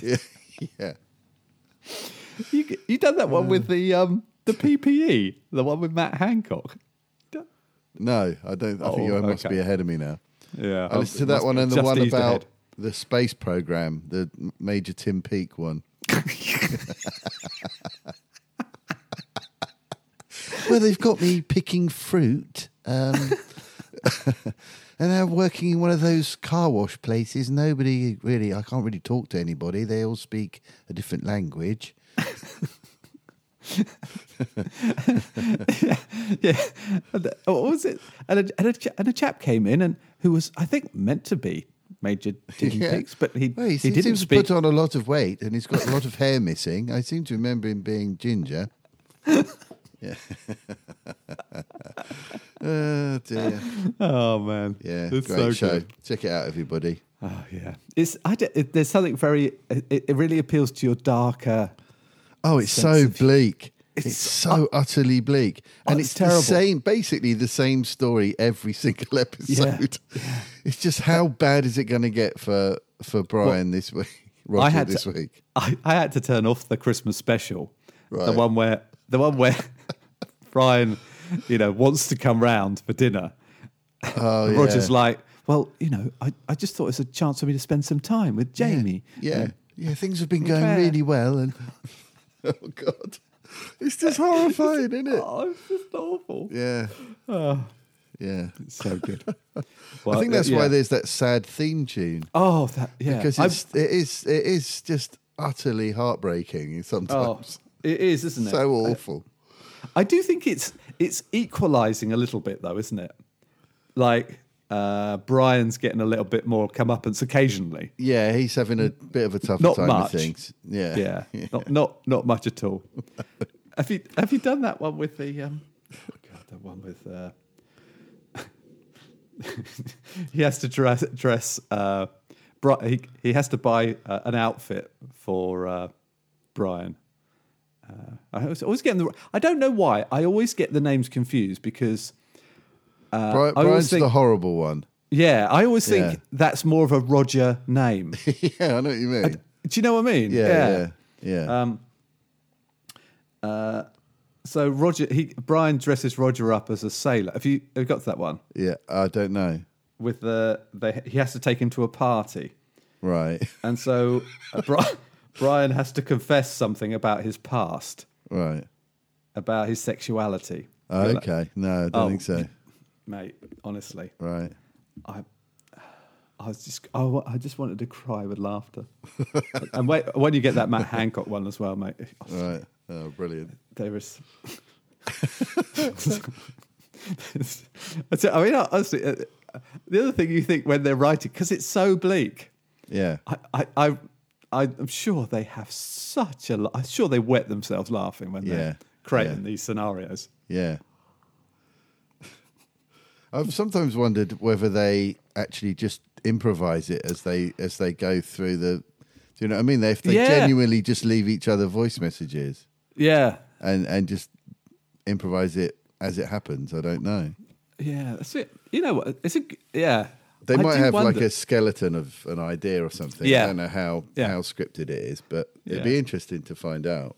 B: Yeah. yeah.
D: You g- you done that one with the um the PPE, the one with Matt Hancock.
B: No, I don't. I think
D: Oh,
B: you must
D: okay.
B: be ahead of me now.
D: Yeah,
B: I listened to
D: it
B: that
D: must
B: one
D: be
B: and the
D: just
B: one
D: eased
B: about
D: ahead.
B: the space program, the Major Tim Peake one. well, they've got me picking fruit, um, and I'm working in one of those car wash places. Nobody really, I can't really talk to anybody. They all speak a different language.
D: yeah. And the- oh, What was it? And a, and, a, cha- and a chap came in and who was, I think, meant to be Major Tim
B: Yeah.
D: Peaks, but he,
B: Well,
D: he,
B: se-
D: didn't
B: seems
D: speak.
B: to put on a lot of weight, and he's got a lot of hair missing. I seem to remember him being ginger. yeah. oh dear.
D: Oh man,
B: Yeah.
D: it's
B: great
D: so
B: show.
D: good.
B: Check it out, everybody.
D: Oh yeah, it's I don't- it, there's something very. It, it really appeals to your darker.
B: Oh, it's so
D: Sense of-
B: bleak. It's,
D: It's Oh,
B: so utterly bleak, and
D: it's
B: it's,
D: terrible.
B: the same, basically the same story every single episode. It's just how bad is it going to get for for Brian this week? Roger
D: I had
B: this
D: to,
B: week.
D: I, I had to turn off the Christmas special, the
B: Right.
D: one where the one where Brian, you know, wants to come round for dinner.
B: Oh,
D: And Roger's
B: yeah.
D: like, well, you know, I, I just thought it's a chance for me to spend some time with Jamie.
B: Yeah, yeah, things have been
D: Fair.
B: going really well, and oh god, it's just horrifying, isn't it?
D: Oh, it's just awful.
B: Yeah, yeah.
D: It's so good.
B: I
D: Well,
B: think that's
D: Oh. yeah.
B: why there's that sad theme tune
D: Oh, that yeah.
B: because
D: I'm-
B: it's, it is it is just utterly heartbreaking
D: oh,
B: sometimes.
D: it is, isn't it?
B: so awful.
D: I do think it's it's equalising a little bit though, isn't it? Like uh, Brian's getting a little bit more comeuppance occasionally.
B: yeah, he's having a bit of a tough
D: Not
B: time
D: much.
B: with things. Yeah,
D: Yeah, Not, not not much at all. have you have you done that one with the um? Oh God, that one with. Uh, he has to dress dress. Uh, Bri- he he has to buy uh, an outfit for uh, Brian. Uh, I was always getting the. I don't know why. I always get the names confused because
B: Bri-
D: Uh, I always
B: Brian's the
D: think-
B: horrible one.
D: Yeah, I always think
B: Yeah.
D: that's more of a Roger name. Do
B: yeah, I know what you mean.
D: you know what I Uh, mean?
B: Yeah, yeah, yeah.
D: Um, uh, So Roger, he Brian dresses Roger up as a sailor. Have you have you got to that one
B: yeah, I don't know.
D: with the they, he has to take him to a party,
B: Right,
D: and so uh, Bri- Brian has to confess something about his past,
B: right.
D: about his sexuality.
B: Oh,
D: You're like,
B: okay, no, I don't
D: Oh.
B: think so.
D: mate. Honestly,
B: Right.
D: I I was just I, wa- I just wanted to cry with laughter. and wait, when you get that Matt Hancock one as well, mate.
B: Right. Oh, brilliant.
D: there is. I said- I mean, honestly, uh, the other thing you think when they're writing, because it's so bleak,
B: Yeah.
D: I, I, I, I'm sure they have such a. la- I'm sure they wet themselves laughing when
B: Yeah,
D: they're creating
B: yeah.
D: these scenarios.
B: Yeah. I've sometimes wondered whether they actually just improvise it as they as they go through the do you know what I mean? If they
D: Yeah.
B: genuinely just leave each other voice messages
D: Yeah,
B: and and just improvise it as it happens, I don't know.
D: yeah, that's it. You know what? It's a g- yeah.
B: They
D: I
B: might
D: do
B: have like
D: wonder-
B: a skeleton of an idea or something.
D: Yeah.
B: I don't know how
D: Yeah.
B: how scripted it is, but
D: Yeah.
B: it'd be interesting to find out.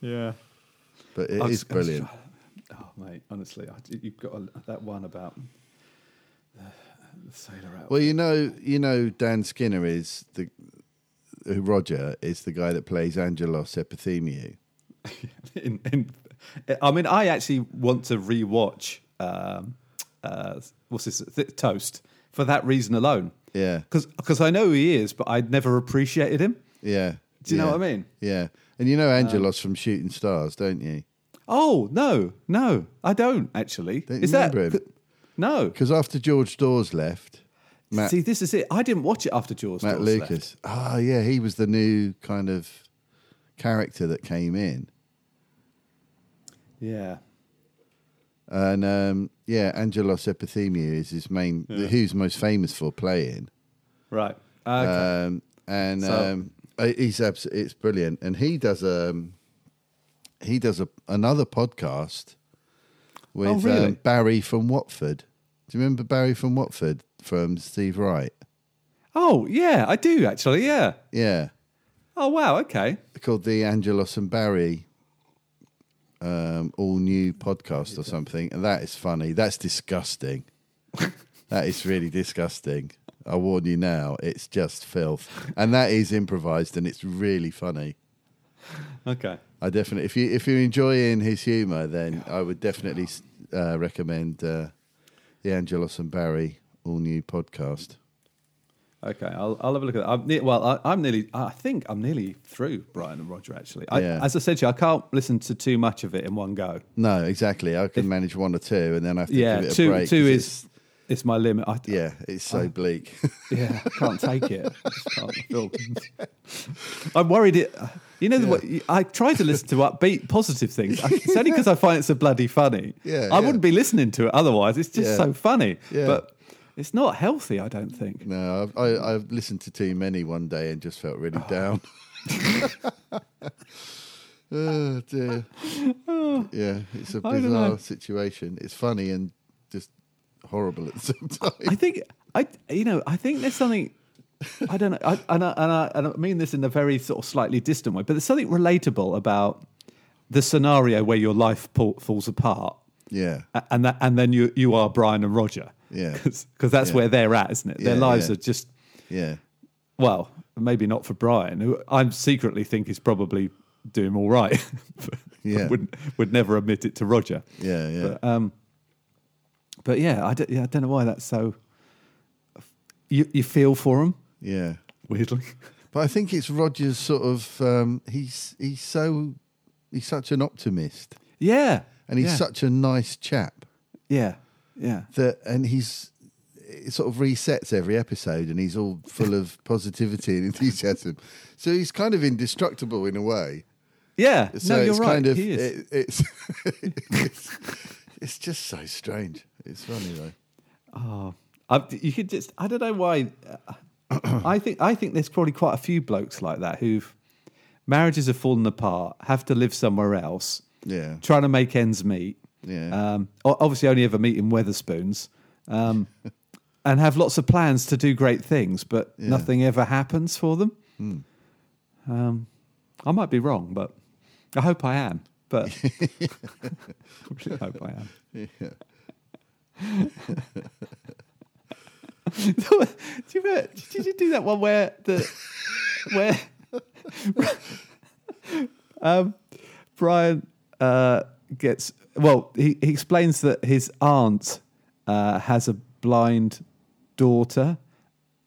D: Yeah.
B: but it is
D: I was- I was
B: brilliant.
D: try- oh, mate, honestly, I, you've got a, that one about uh, the, the sailor out.
B: Well, you know, you know, Dan Skinner is the uh, Roger is the guy that plays Angelos Epithemiou.
D: in, in, I mean, I actually want to rewatch um, uh, what's this Th- Toast for that reason alone.
B: Yeah.
D: because I know who he is, but I'd never appreciated him.
B: Yeah.
D: Do you know
B: yeah,
D: what I mean? Um,
B: Yeah. And you know Angelos from Shooting Stars, don't you?
D: Oh no, no, I don't actually.
B: Don't you
D: is that
B: remember him?
D: c- no?
B: Because after George Dawes left, Matt,
D: See, this is it. I didn't watch it after Jaws.
B: Matt
D: Jaws left.
B: Lucas. Ah, yeah, he was the new kind of character that came in.
D: Yeah.
B: And um, yeah, Angelos Epithemiou is his main, who's most famous for playing.
D: Right. Okay.
B: Um, and
D: So-
B: um, uh, he's abs- it's brilliant. And he does um, he does a, another podcast with
D: Oh, really?
B: um, Barry from Watford. Do you remember Barry from Watford from Steve Wright?
D: oh yeah, I do actually. Yeah.
B: Yeah,
D: Oh wow. Okay.
B: called the Angelos and Barry um, all new podcast or something. And that is funny. That's disgusting. that is really disgusting. I warn you now, it's just filth. And that is improvised and it's really funny.
D: Okay.
B: I definitely, if you if you're enjoying his humour, then I would definitely uh, recommend uh, the Angelos and Barry all new podcast.
D: Okay, I'll, I'll have a look at that. I'm ne- well, I, I'm nearly. I think I'm nearly through Brian and Roger. Actually, I,
B: Yeah.
D: as I said to you, I can't listen to too much of it in one go.
B: No, exactly. I can manage one or two, and then I have to
D: Yeah,
B: give it a
D: two
B: break.
D: two
B: 'cause
D: is it's my limit. I,
B: it's- yeah, it's so bleak.
D: yeah, I can't take it. I just can't, I feel- I'm worried. It. You know what? I try to listen to upbeat, positive things. I- It's only because I find it so bloody funny.
B: Yeah, yeah.
D: I wouldn't be listening to it otherwise. It's just
B: Yeah.
D: so funny.
B: Yeah.
D: But it's not healthy. I don't think.
B: no, I've, I, I've listened to too many one day and just felt really down. oh dear. Yeah, it's a
D: Oh. I don't know.
B: bizarre situation. It's funny and just horrible at the same time.
D: I think I, you know, I think there's something. I don't know, I, and, I, and, I, and I mean this in a very sort of slightly distant way, but there's something relatable about the scenario where your life pa- falls apart,
B: yeah.
D: a- and that, and then you you are Brian and Roger,
B: Yeah.
D: because that's
B: Yeah.
D: where they're at, isn't it? Their
B: Yeah,
D: lives
B: yeah.
D: are just
B: Yeah.
D: well, maybe not for Brian, who I secretly think is probably doing all right, but
B: Yeah.
D: would would never admit it to Roger,
B: Yeah. Yeah.
D: but um, but yeah, I don't, yeah, I don't know why that's so. You you feel for him
B: yeah.
D: weirdly.
B: But I think it's Roger's sort of um, he's he's so he's such an optimist
D: Yeah,
B: and he's
D: yeah.
B: such a nice chap
D: yeah yeah
B: that and he's it sort of resets every episode and he's all full of positivity and enthusiasm. So he's kind of indestructible in a way.
D: yeah.
B: So
D: no, you're
B: it's
D: right.
B: kind of
D: he is.
B: it- it's, it's it's just so strange. It's funny though.
D: oh, I, you could just I don't know why. uh, I think I think there's probably quite a few blokes like that who've marriages have fallen apart, have to live somewhere else,
B: Yeah.
D: trying to make ends meet.
B: Yeah.
D: Um, o- obviously, only ever meet in Weatherspoons, um, and have lots of plans to do great things, but
B: Yeah. Hmm.
D: nothing ever happens for them. Um, I might be wrong, but I hope I am. But I really hope I am. do you remember, did you do that one where the where um, Brian uh, gets well he, he explains that his aunt uh, has a blind daughter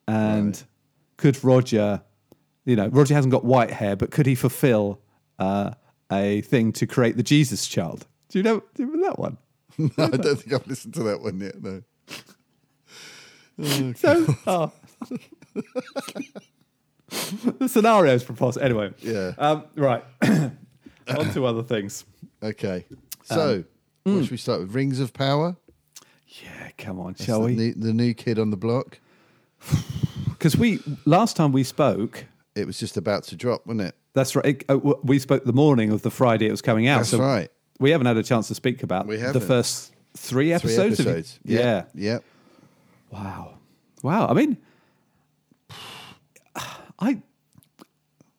D: and could Roger you know Roger hasn't got white hair but could he fulfill uh, a thing to create the Jesus child do you know do you remember that one
B: I don't think I've listened to that one yet. No.
D: So, oh. the scenario is preposterous. Anyway,
B: Yeah.
D: Um, right, on to other things.
B: Okay.
D: Um,
B: So,
D: hmm.
B: what should we start with? Rings of Power?
D: Yeah, come on,
B: That's
D: shall
B: the
D: we?
B: New, the new kid on the block.
D: Because we last time we spoke,
B: It was just about to drop, wasn't it?
D: that's right. It, uh, w- we spoke the morning of the Friday it was coming out.
B: That's right.
D: We haven't had a chance to speak about
B: We
D: the
B: haven't.
D: first three
B: Three
D: episodes. of-
B: episodes.
D: yeah.
B: Yeah.
D: Wow. Wow. I mean, I,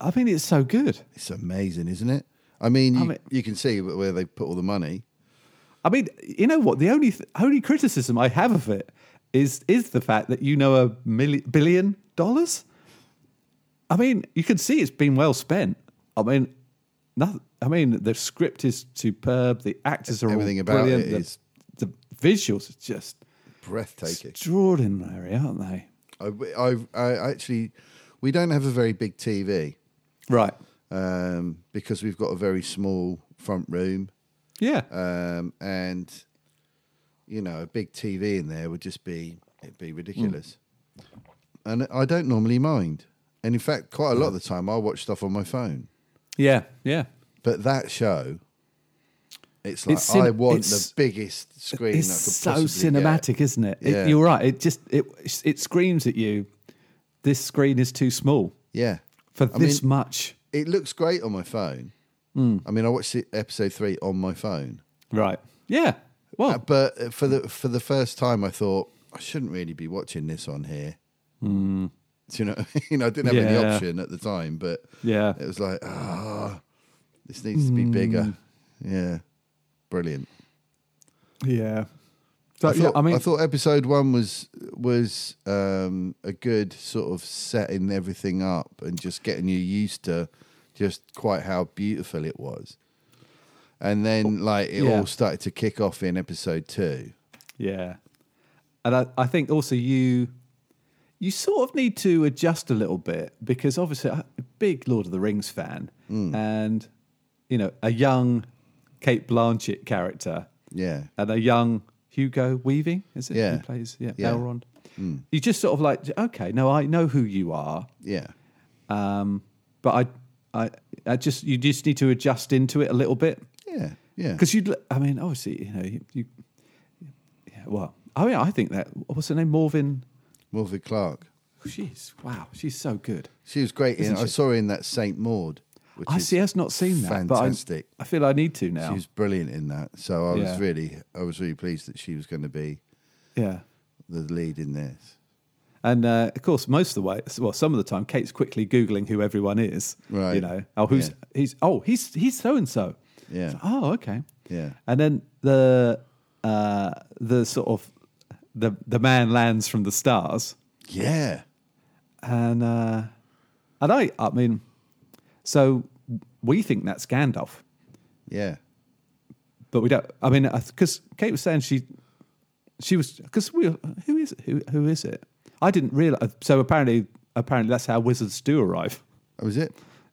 D: I mean, it's so good.
B: It's amazing, isn't it? I I mean, you,
D: I mean-
B: you can see wh- where they put all the money.
D: I mean, you know what? The only th- only criticism I have of it is is the fact that you know a million, billion dollars. I mean, you can see it's been well spent. I mean, nothing, I mean, the script is superb. The actors are
B: Everything
D: all
B: about
D: brilliant.
B: it
D: the,
B: is-
D: the visuals are just
B: Breathtaking.
D: extraordinary, aren't they?
B: I, I, I actually, we don't have a very big TV
D: Right.
B: um, because we've got a very small front room,
D: Yeah.
B: um, and you know, a big TV in there would just be it'd be
D: Hmm.
B: ridiculous. And I don't normally mind, and in fact, quite a lot of the time, I watch stuff on my phone.
D: yeah. Yeah.
B: But that show, it's like
D: It's cin-
B: I want
D: it's-
B: the biggest screen.
D: It's
B: I could
D: so
B: possibly get.
D: cinematic, isn't it? It-
B: Yeah.
D: You're right. It just it it screams at you. This screen is too small
B: Yeah,
D: for
B: I
D: this
B: mean,
D: much.
B: it looks great on my phone.
D: Hmm.
B: I mean, I watched the episode three on my phone,
D: Right. Yeah. Well,
B: Uh, but uh, for the for the first time, I thought I shouldn't really be watching this on here.
D: Hmm.
B: Do you know, what I mean? I didn't have any
D: Yeah.
B: option at the time, but
D: yeah.
B: it was like, ah, this needs to
D: Hmm.
B: be bigger. Yeah, brilliant.
D: Yeah.
B: I
D: But,
B: thought,
D: yeah, I mean,
B: I thought episode one was was um, a good sort of setting everything up and just getting you used to just quite how beautiful it was, and then like it
D: Oh, Yeah.
B: all started to kick off in episode two.
D: yeah. And I, I think also you you sort of need to adjust a little bit because obviously I'm a big Lord of the Rings fan and you know a young Kate Blanchett character
B: Yeah,
D: and a young Hugo Weaving is it
B: Yeah.
D: who plays yeah, Hmm.
B: Yeah.
D: Elrond. You just sort of like okay, no, I know who you are.
B: yeah,
D: Um, but I, I, I just you just need to adjust into it a little bit
B: yeah, yeah.
D: because you'd. l- I mean, obviously, you know, you. you yeah, well, I mean, I think that what's her name, Morvin.
B: Wilfred Clark,
D: She's wow, she's so good.
B: she was great. In,
D: Isn't
B: I
D: she?
B: saw her in that Saint Maud. Which
D: I
B: is
D: see. I've not seen that, but I-
B: Fantastic.
D: I, feel I need to now.
B: She was brilliant in that. So I was
D: Yeah.
B: really, I was really pleased that she was going to be
D: yeah,
B: the lead in this.
D: and uh, of course, most of the way, well, some of the time, Kate's quickly googling who everyone is.
B: Right.
D: You know, oh, who's
B: Yeah.
D: he's oh he's he's so and so.
B: Yeah.
D: Oh, okay.
B: Yeah.
D: And then the uh, the sort of the the man lands from the stars.
B: Yeah,
D: and uh, and I, I mean, so we think that's Gandalf,
B: yeah.
D: but we don't. I mean, because Kate was saying she, she was because we, were- who is who who is it? I didn't realize. So apparently, apparently that's how wizards do arrive.
B: That was it.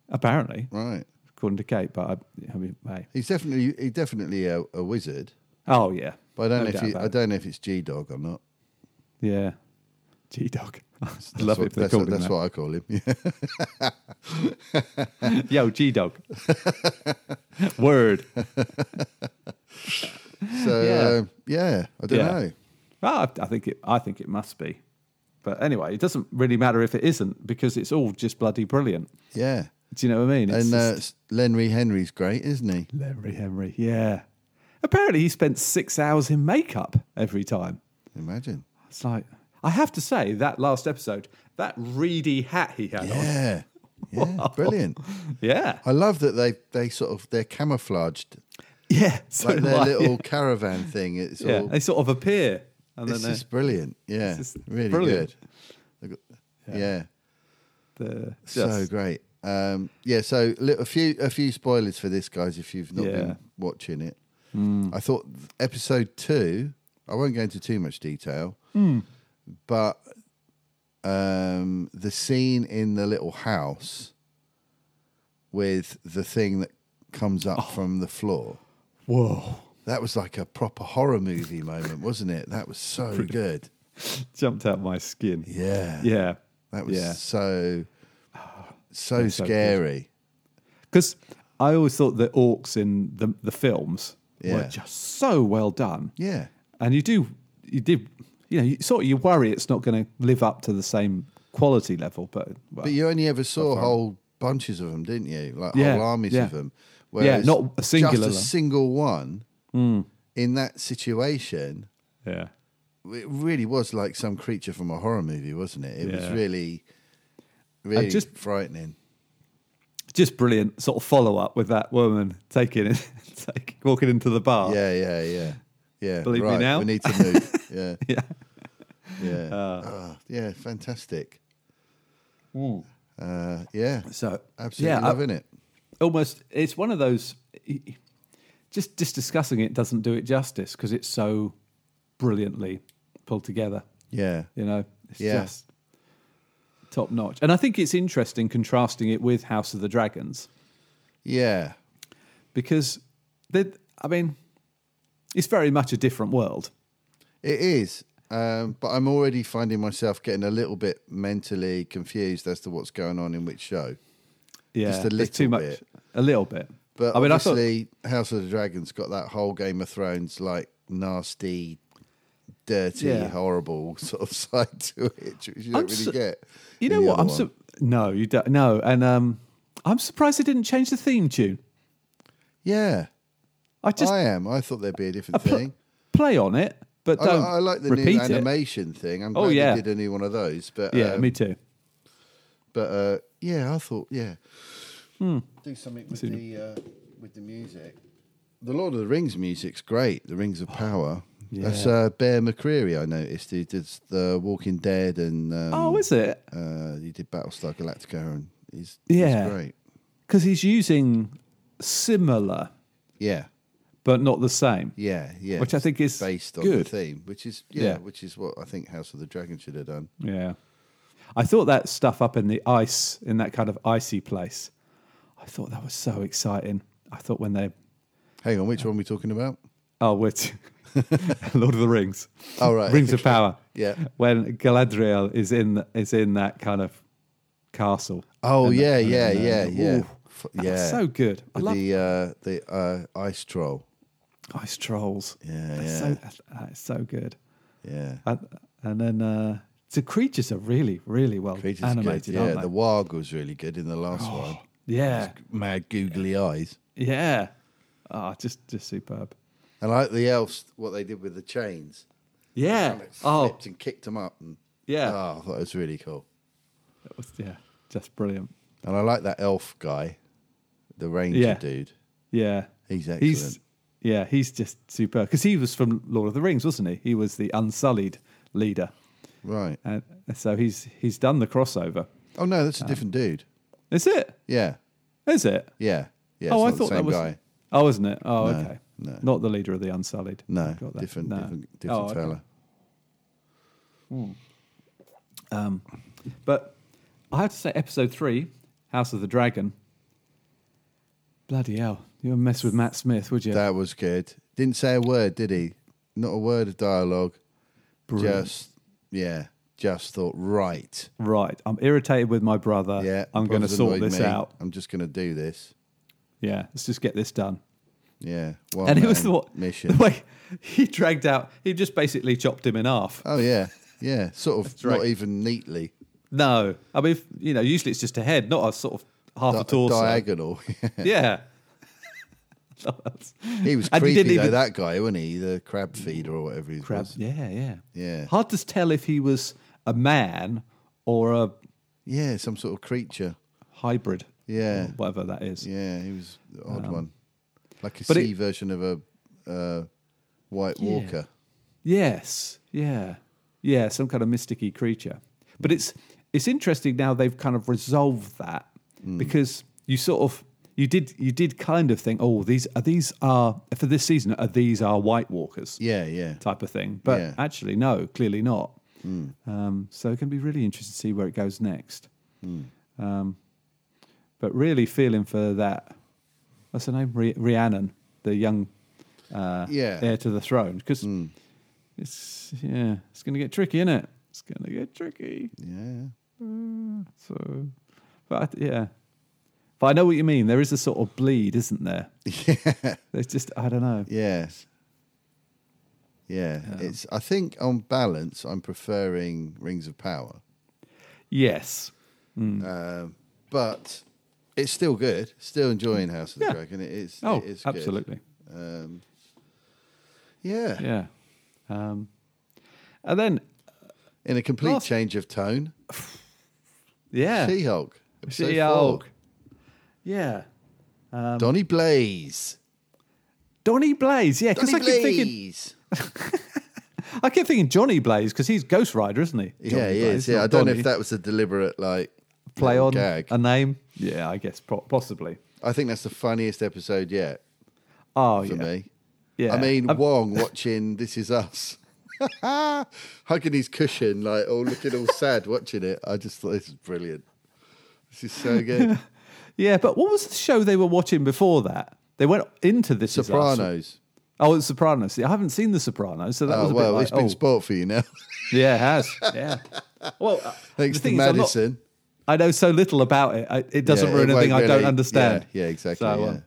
D: Apparently,
B: Right.
D: according to Kate, but I, I mean, hey.
B: He's definitely he's definitely a, a wizard,
D: oh yeah,
B: but I don't
D: No
B: know if
D: doubt
B: he,
D: about
B: I
D: it.
B: don't know if it's G Dog or not.
D: yeah, G dog. I
B: That's
D: love
B: what,
D: it if they
B: that's
D: called
B: what-
D: him
B: that's
D: that.
B: what I call him. Yeah.
D: Yo, G dog. Word.
B: So
D: Yeah.
B: yeah, yeah I don't
D: Yeah.
B: know.
D: Well, Ah, I, I think it. I think it must be. But anyway, it doesn't really matter if it isn't because it's all just bloody brilliant.
B: Yeah,
D: Do you know what I mean? It's
B: and uh,
D: just-
B: s- Lenry Henry's great, isn't he?
D: Henry, Henry, yeah. Apparently, he spent six hours in makeup every time.
B: Imagine.
D: It's like I have to say that last episode, that reedy hat he had
B: Yeah, yeah, brilliant.
D: on. Yeah,
B: I love that they they sort of they're camouflaged,
D: yeah. So
B: like
D: do
B: their
D: I.
B: little caravan thing. It's
D: yeah.
B: all
D: They sort of appear and
B: it's
D: then
B: just brilliant. Yeah,
D: just
B: really
D: brilliant.
B: good. They've got- yeah.
D: they the
B: so great. Um, yeah, so li- a few a few spoilers for this, guys. If you've not
D: Yeah. Mm.
B: been watching it, I thought th- episode two. I won't go into too much detail,
D: Mm.
B: but um, the scene in the little house with the thing that comes up
D: Oh.
B: from the floor.
D: whoa
B: That was like a proper horror movie moment, wasn't it? That was so good.
D: jumped out my skin.
B: Yeah,
D: yeah.
B: That was
D: yeah.
B: so so
D: so good.
B: scary.
D: because I always thought the orcs in the the films were
B: Yeah.
D: just so well done.
B: Yeah.
D: and you do you did you know you sort of you worry it's not going to live up to the same quality level, but, well,
B: But you only ever saw whole bunches of them, didn't you? Like
D: Yeah,
B: whole armies
D: yeah.
B: of them.
D: Yeah, not a singular Hmm.
B: Just a
D: one.
B: single one in that situation.
D: yeah,
B: It really was like some creature from a horror movie, wasn't it? It was
D: Yeah.
B: really, really
D: just-
B: frightening.
D: just brilliant sort of follow up with that woman taking it, take, walking into the bar.
B: Yeah, yeah, yeah, yeah.
D: uh, Believe me
B: right,
D: now.
B: we need to move. yeah,
D: Yeah. Uh,
B: yeah, Ah, yeah. Fantastic. Uh, yeah,
D: Mm. So
B: absolutely
D: yeah, I-
B: loving it.
D: almost it's one of those just just discussing it doesn't do it justice because it's so brilliantly pulled together
B: Yeah,
D: you know it's
B: Yeah.
D: just top notch and i think it's interesting contrasting it with house of the dragons
B: yeah,
D: because they i mean it's very much a different world
B: it is. Um, but I'm already finding myself getting a little bit mentally confused as to what's going on in which show.
D: yeah
B: Just a
D: there's too
B: little
D: much
B: bit.
D: a little bit
B: But
D: i mean i thought
B: obviously, House of the Dragons got that whole Game of Thrones like nasty, dirty,
D: Yeah.
B: horrible sort of side to it, which you don't
D: I'm
B: really
D: su-
B: get.
D: you
B: in
D: know
B: the
D: what
B: other
D: i'm
B: one.
D: su- no you don't no and um i'm surprised they didn't change the theme tune
B: yeah,
D: i just
B: I am. I thought there'd be a different
D: pl-
B: thing.
D: play on it, but
B: I,
D: don't
B: I like the
D: repeat
B: new
D: it.
B: animation thing. I'm glad
D: Oh, yeah.
B: they did a new one of those. But
D: Yeah,
B: um,
D: me too.
B: But uh, yeah, I thought yeah,
D: Hmm.
B: do something with the uh, with the music. The Lord of the Rings music's great. The Rings of Power. That's
D: yeah.
B: uh, Bear McCreary. I noticed who did the Walking Dead and um,
D: Oh, is it?
B: uh, he did Battlestar Galactica and he's
D: Yeah.
B: he's great.
D: Because he's using similar
B: Yeah,
D: but not the same.
B: yeah, yeah.
D: Which I
B: It's
D: think is
B: based on
D: good.
B: the theme, which is yeah,
D: Yeah.
B: which is what I think House of the Dragon should have done.
D: Yeah, I thought that stuff up in the ice in that kind of icy place. I thought that was so exciting. I thought when they
B: Hang on, which one are we talking about?
D: oh, we're t- Lord of the Rings.
B: Oh, right.
D: Rings of Power.
B: Yeah.
D: when Galadriel is in is in that kind of castle.
B: Oh
D: And the-
B: yeah,
D: and
B: yeah,
D: the-
B: yeah, yeah,
D: Ooh,
B: F-
D: that was
B: yeah.
D: so good. I
B: With
D: love
B: the uh, the uh, ice troll.
D: Ice Trolls.
B: Yeah,
D: That's
B: yeah.
D: So, that's, that's so good.
B: Yeah,
D: And, and then uh, the creatures are really, really well
B: Creature's Good.
D: animated,
B: Yeah,
D: aren't they? Oh,
B: the warg was really good in the last one.
D: yeah,
B: Mad googly eyes.
D: yeah. Ah, just, just superb.
B: I like the elves. What they did with the chains.
D: Yeah.
B: Kind of
D: Oh,
B: flipped and kicked them up. And,
D: Yeah.
B: Oh, I thought it was really cool.
D: it was, yeah, just brilliant.
B: And I like that elf guy, the ranger
D: Yeah.
B: dude.
D: Yeah,
B: He's
D: He's,
B: excellent.
D: yeah, he's just superb because he was from Lord of the Rings, wasn't he? He was the Unsullied leader,
B: Right.
D: and so he's he's done the crossover.
B: Oh no,
D: Uh,
B: that's a different dude.
D: Is it?
B: Yeah,
D: Is it?
B: yeah, yeah. It's
D: oh,
B: not
D: I
B: the
D: thought
B: same
D: that was.
B: guy.
D: Oh, isn't it? Oh,
B: No,
D: okay.
B: no.
D: Not the leader of the Unsullied.
B: No,
D: I've got that.
B: different,
D: No.
B: different, different
D: Oh, okay.
B: fella.
D: But I have to say, episode three, House of the Dragon. Bloody hell! You wouldn't mess with Matt Smith, would you?
B: That was good. Didn't say a word, did he? Not a word of dialogue.
D: Brilliant.
B: Just yeah, just thought right.
D: right. I'm irritated with my brother.
B: Yeah,
D: Uh, I'm going to
B: brother's
D: sort
B: annoyed
D: this
B: me.
D: out.
B: I'm just going to do this.
D: Yeah, let's just get this done.
B: Yeah, one
D: and it was
B: Oh, man
D: the what
B: mission.
D: The way he dragged out. He just basically chopped him in half.
B: oh yeah, yeah. Sort of
D: right.
B: not even neatly.
D: No, I mean, if- you know, usually it's just a head, not a sort of half a
B: Di-
D: torso.
B: diagonal.
D: Yeah. No, that's-
B: he was
D: And
B: creepy
D: he didn't
B: though.
D: even-
B: That guy, wasn't he? The crab feeder or whatever he
D: Crab.
B: was.
D: Yeah, yeah,
B: Yeah.
D: Hard to tell if he was a man or a
B: Yeah, some sort of creature.
D: hybrid.
B: Yeah.
D: or whatever that is.
B: Yeah, he was the odd one, like a
D: Um, but it-
B: sea version of a uh, White
D: Yeah.
B: Walker.
D: Yes, yeah, yeah. Some kind of mysticky creature. But it's it's interesting now they've kind of resolved that
B: Mm.
D: because you sort of you did you did kind of think oh these are these are for this season are these are White Walkers
B: Yeah, yeah.
D: type of thing but
B: Yeah. Mm.
D: actually no clearly not um, so it can be really interesting to see where it goes next
B: Mm.
D: um, but really feeling for that what's her name Rhi- Rhiannon the young uh,
B: Yeah. Hmm.
D: heir to the throne because it's yeah it's going to get tricky isn't it it's going to get tricky
B: Yeah.
D: so but I th- yeah but I know what you mean there is a sort of bleed isn't there
B: Yeah.
D: there's just I don't know
B: Yeah. Yeah. It's I think on balance I'm preferring Rings of Power.
D: yes
B: Um, but it's still good. Still enjoying House of the
D: Yeah.
B: Dragon. It is
D: oh
B: it is good.
D: absolutely
B: Um yeah.
D: yeah um, and then
B: In a complete
D: Last-
B: change of tone.
D: yeah
B: She Hulk.
D: She-Hulk. um, Yeah.
B: Donny Blaze.
D: Donny Blaze, yeah, because
B: Donny
D: I keep thinking
B: Blaze.
D: I keep thinking Johnny Blaze because he's Ghost Rider, isn't he?
B: Yeah,
D: Johnny
B: he
D: Blaze,
B: is. Yeah,
D: not
B: I don't know
D: Donny.
B: if that was a deliberate like
D: play
B: little
D: on
B: gag.
D: a name. Yeah, I guess po- possibly.
B: I think that's the funniest episode yet
D: Oh
B: for
D: yeah,
B: me.
D: yeah.
B: I mean,
D: Um,
B: Wong watching This Is Us, hugging his cushion, like all looking all sad watching it. I just thought this is brilliant. This is so good.
D: yeah. But what was the show they were watching before that? They went into this. Is Us.
B: Sopranos.
D: Oh, it's Sopranos. See, I haven't seen the Sopranos, so that was
B: Oh
D: a
B: well,
D: bit like,
B: it's been
D: oh,
B: sport for you now.
D: yeah, it has. Yeah. Well, uh,
B: Thanks to
D: the thing is, I'm not-
B: Madison.
D: I know so little about it. I, it doesn't
B: Yeah, it
D: ruin anything
B: won't
D: I don't
B: really-
D: understand.
B: yeah, yeah, exactly,
D: So, um,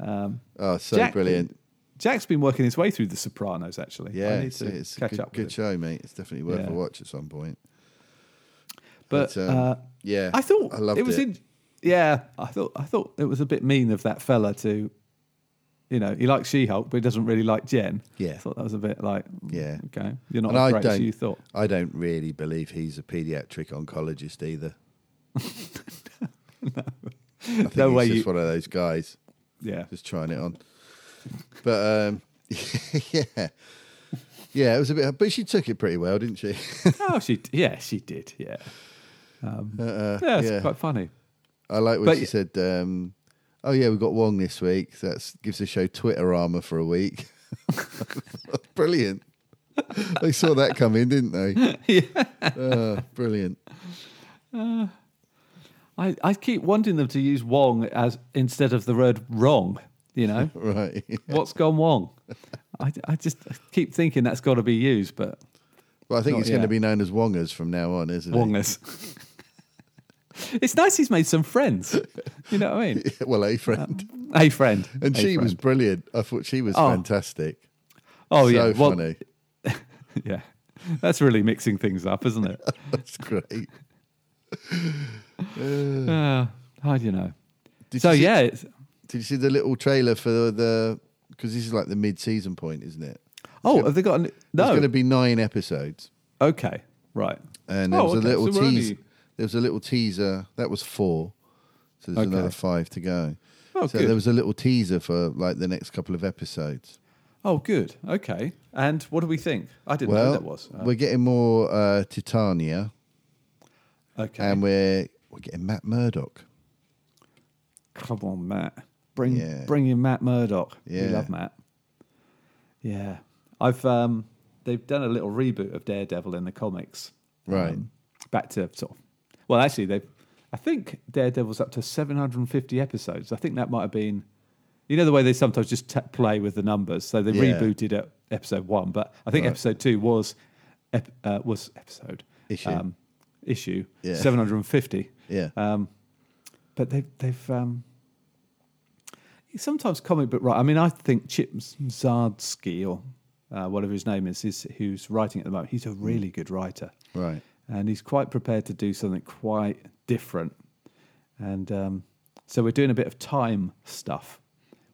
D: uh,
B: yeah. oh, so
D: Jack-
B: brilliant.
D: Jack's been working his way through the Sopranos. Actually,
B: Yeah,
D: I need
B: it's,
D: to
B: it's a
D: catch
B: good,
D: up. With
B: good
D: him.
B: show, mate. It's definitely worth
D: Yeah.
B: a watch at some point.
D: But
B: um,
D: uh,
B: yeah,
D: I thought
B: I loved
D: it was
B: it.
D: in. Yeah, I thought I thought it was a bit mean of that fella to, you know, he likes She-Hulk, but he doesn't really like Jen.
B: Yeah.
D: I thought that was a bit like,
B: Yeah.
D: okay, you're not
B: And
D: as
B: I
D: great as
B: don't,
D: you thought.
B: I don't really believe he's a pediatric oncologist either. I think
D: No
B: he's
D: way
B: just
D: you-
B: one of those guys.
D: Yeah,
B: just trying it on. But um, yeah, yeah, it was a bit. But she took it pretty well, didn't she?
D: oh, she, yeah, she did, yeah, Um,
B: Uh,
D: yeah, it's
B: yeah.
D: quite funny.
B: I like when
D: But-
B: she said, um, "Oh yeah, we got Wong this week. so That gives the show Twitter armor for a week." brilliant. they saw that coming, didn't they?
D: yeah,
B: Uh, brilliant.
D: I, I keep wanting them to use Wong as instead of the word wrong. You know,
B: Right.
D: what's gone wrong? I, I just keep thinking that's got to be used, but
B: Well, I think
D: Not
B: it's going to
D: yet.
B: be known as Wongers from now on, isn't it?
D: wrongness. it's nice he's made some friends. You know what I mean?
B: well, a friend.
D: A friend.
B: and
D: Um, A
B: she was
D: friend.
B: brilliant. I thought she was
D: Oh.
B: fantastic.
D: Oh
B: so
D: yeah. Well,
B: funny.
D: Yeah. That's really mixing things up, isn't it?
B: That's great.
D: uh, how do you know?
B: Did
D: So
B: you see-
D: yeah, it's,
B: Did you see the little trailer for the because this is like the mid-season point, isn't it?
D: oh, have they got an,
B: There's
D: no?
B: going to be nine episodes,
D: okay, right.
B: and there
D: Oh,
B: was
D: okay,
B: a little
D: so we're
B: teaser.
D: only-
B: There was a little teaser that was four, so there's
D: Okay.
B: another five to go.
D: Oh,
B: so
D: good.
B: there was a little teaser for like the next couple of episodes.
D: Oh, good. Okay. And what do we think? I didn't know
B: well,
D: that was. Uh,
B: we're getting more uh, Titania,
D: Uh, okay.
B: and we're we're getting Matt Murdock.
D: Come on, Matt. Bring
B: Yeah.
D: bring in Matt Murdoch. We
B: Yeah.
D: love Matt. Yeah. I've um they've done a little reboot of Daredevil in the comics.
B: Right.
D: Um, back to sort of well, actually they've I think Daredevil's up to seven hundred and fifty episodes. I think that might have been you know the way they sometimes just t- play with the numbers. So they
B: Yeah.
D: rebooted at episode one, but I think
B: Right.
D: episode two was ep- uh, was episode um,
B: Issue.
D: issue
B: Yeah.
D: seven hundred and fifty
B: Yeah.
D: but they've they've um, sometimes comic book right. I mean, I think Chip Zardsky or uh, whatever his name is, is who's writing at the moment. He's a really good writer,
B: right.
D: and he's quite prepared to do something quite different. And um, so we're doing a bit of time stuff,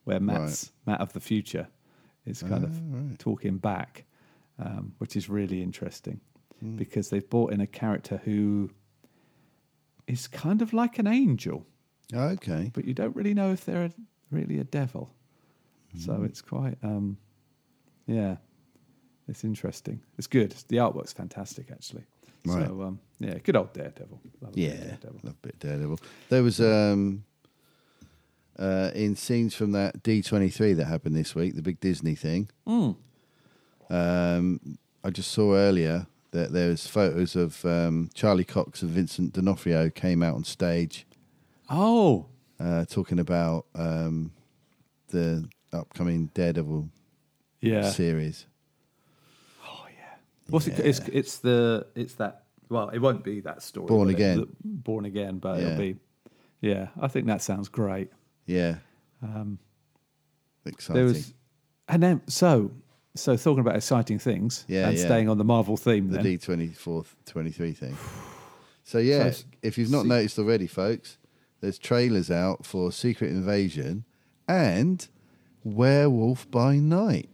D: where Matt's Matt of the future is kind of talking back, um, which is really interesting because they've brought in a character who is kind of like an angel
B: Okay.
D: but you don't really know if they're a, really a devil. So
B: Mm.
D: it's quite, um, yeah, it's interesting. It's good. The artwork's fantastic, actually.
B: Right.
D: So um, yeah, good old Daredevil. Love a bit
B: Yeah,
D: of Daredevil.
B: love a bit of Daredevil. There was um, uh, in scenes from that D twenty three that happened this week, the big Disney thing. Um, I just saw earlier that there was photos of um, Charlie Cox and Vincent D'Onofrio came out on stage
D: Oh,
B: uh, talking about um, the upcoming Daredevil
D: yeah.
B: series.
D: Oh yeah. What's it? It's, it's the it's that. Well, it won't be that story.
B: Born
D: will it?
B: Again.
D: The- born again, but
B: Yeah.
D: it'll be. Yeah, I think that sounds great.
B: Yeah, Um, exciting.
D: There was, and then so so talking about exciting things.
B: Yeah,
D: and
B: yeah.
D: staying on the Marvel theme.
B: the
D: then.
B: D 24 23 thing. So, yeah,
D: it's-
B: if you've not noticed already, folks, there's trailers out for Secret Invasion and Werewolf by Night.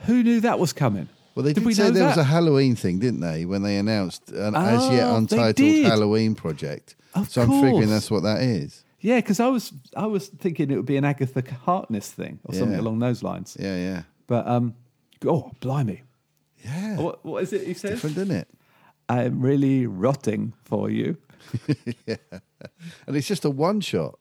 D: Who knew that was coming?
B: Well, they did,
D: we
B: say
D: know
B: there was
D: that?
B: a Halloween thing, didn't they, when they announced an as yet
D: Oh, they
B: untitled
D: did.
B: Halloween project?
D: Of
B: so, I'm figuring
D: course.
B: that's what that is.
D: Yeah, because I was I was thinking it would be an Agatha Harkness thing or something
B: Yeah.
D: along those lines.
B: Yeah, yeah.
D: But um, oh blimey,
B: Yeah.
D: what what is Oh, it you said?
B: Different, isn't it?
D: I'm really rotting for you.
B: And it's just a one shot.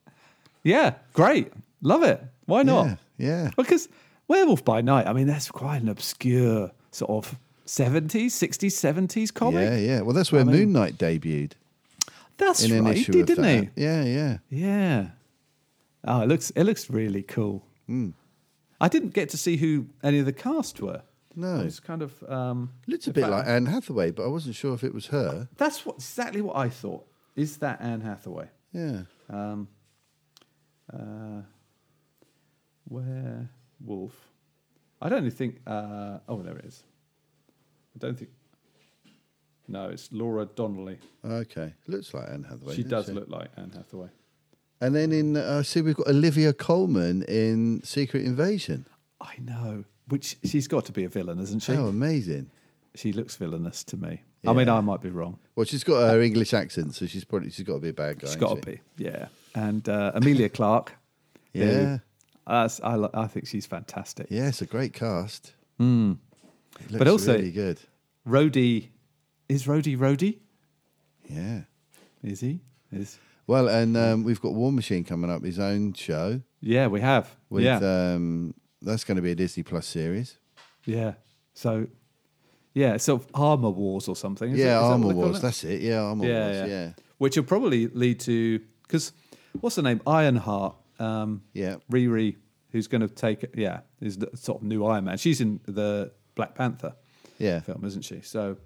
D: Yeah, great, love it. Why not?
B: Yeah. Yeah.
D: Because Werewolf by Night, I mean, that's quite an obscure sort of 70s, 60s, 70s comic.
B: Yeah, yeah. Well, that's where Moon Knight debuted
D: That's
B: in an
D: right,
B: issue
D: he
B: of
D: did, not
B: that.
D: he?
B: Yeah, yeah.
D: Yeah. Oh, it looks it looks really cool.
B: Hmm.
D: I didn't get to see who any of the cast were.
B: No.
D: I was kind of um,
B: Looked a
D: in
B: bit
D: fact,
B: like Anne Hathaway, but I wasn't sure if it was her.
D: that's what exactly what I thought. Is that Anne Hathaway?
B: Yeah.
D: Um, uh, werewolf. I don't think. Uh, oh, there it is. I don't think. No, it's Laura Donnelly.
B: Okay. Looks like Anne Hathaway.
D: she
B: doesn't
D: does look like Anne Hathaway.
B: And then in, uh, I see we've got Olivia Coleman in Secret Invasion.
D: I know. Which she's got to be a villain, isn't she?
B: Oh, amazing.
D: She looks villainous to me. I mean,
B: Yeah.
D: I might be wrong.
B: Well, she's got her English accent, so she's probably she's got to be a bad guy.
D: She's
B: hasn't
D: got to be. Yeah. And uh, Amelia Clark. who-
B: Yeah.
D: That's- I, lo- I think she's fantastic.
B: Yeah, it's a great cast. It looks
D: Hmm. But also-
B: really good.
D: Rhodey. Is Rhodey Rhodey?
B: Yeah.
D: Is he? Is
B: Well, and um, we've got War Machine coming up, his own show.
D: Yeah, we have.
B: With
D: yeah.
B: um, that's going to be a Disney Plus series.
D: Yeah. So, yeah, it's sort of armor wars or something. is it? Is
B: yeah,
D: that what
B: Armor
D: they call
B: Wars.
D: it?
B: That's it. Yeah, Armor
D: yeah,
B: Wars. Yeah.
D: yeah,
B: yeah,
D: Which will probably lead to because what's the name? Ironheart. Um,
B: Yeah.
D: Riri, who's going to take yeah, is the sort of new Iron Man. She's in the Black Panther film, isn't she? So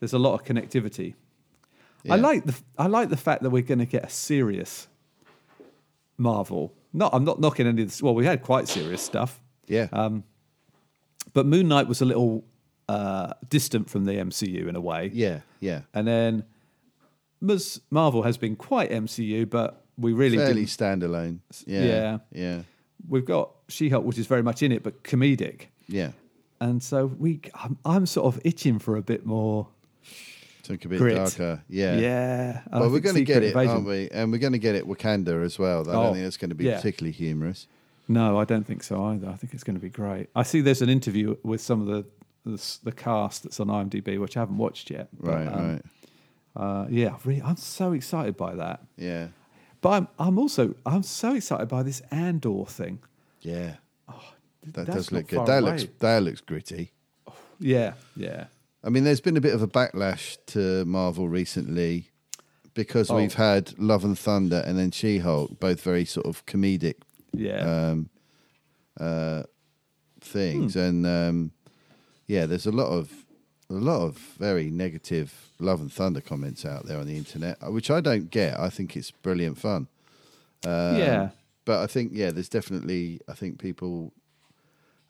D: there's a lot of connectivity. I
B: Yeah.
D: like the I like the fact that we're going to get a serious Marvel. No, I'm not knocking any of this. Well, we had quite serious stuff.
B: Yeah.
D: Um, But Moon Knight was a little uh, distant from the MCU in a way.
B: yeah. Yeah.
D: And then Ms. Marvel has been quite MCU, but we really
B: Fairly
D: didn't.
B: standalone. Yeah.
D: yeah.
B: Yeah.
D: We've got She Hulk, which is very much in it, but comedic.
B: Yeah.
D: And so we, I'm, I'm sort of itching for a bit more.
B: Took a bit
D: Grit.
B: darker.
D: Yeah.
B: Yeah.
D: And I
B: Well, we're
D: think
B: going to get
D: Secret
B: it,
D: Invasion-
B: aren't we? And we're going to get it Wakanda as well. I
D: Oh,
B: don't think that's going to be
D: yeah.
B: particularly humorous.
D: No, I don't think so either. I think it's going to be great. I see there's an interview with some of the the, the cast that's on IMDb, which I haven't watched yet. But,
B: Right.
D: um,
B: right.
D: Uh, yeah, I've really, I'm so excited by that.
B: Yeah.
D: But I'm, I'm also I'm so excited by this Andor thing.
B: Yeah. That
D: That's
B: does look
D: not
B: good. That
D: far
B: looks
D: away.
B: that looks gritty.
D: Yeah, yeah,
B: I mean, there's been a bit of a backlash to Marvel recently because
D: Oh.
B: we've had Love and Thunder and then She Hulk, both very sort of comedic
D: yeah,
B: um, uh, things, and um, yeah, there's a lot of a lot of very negative Love and Thunder comments out there on the internet, uh, which I don't get. I think it's brilliant fun, Um,
D: yeah.
B: but I think yeah, there's definitely I think people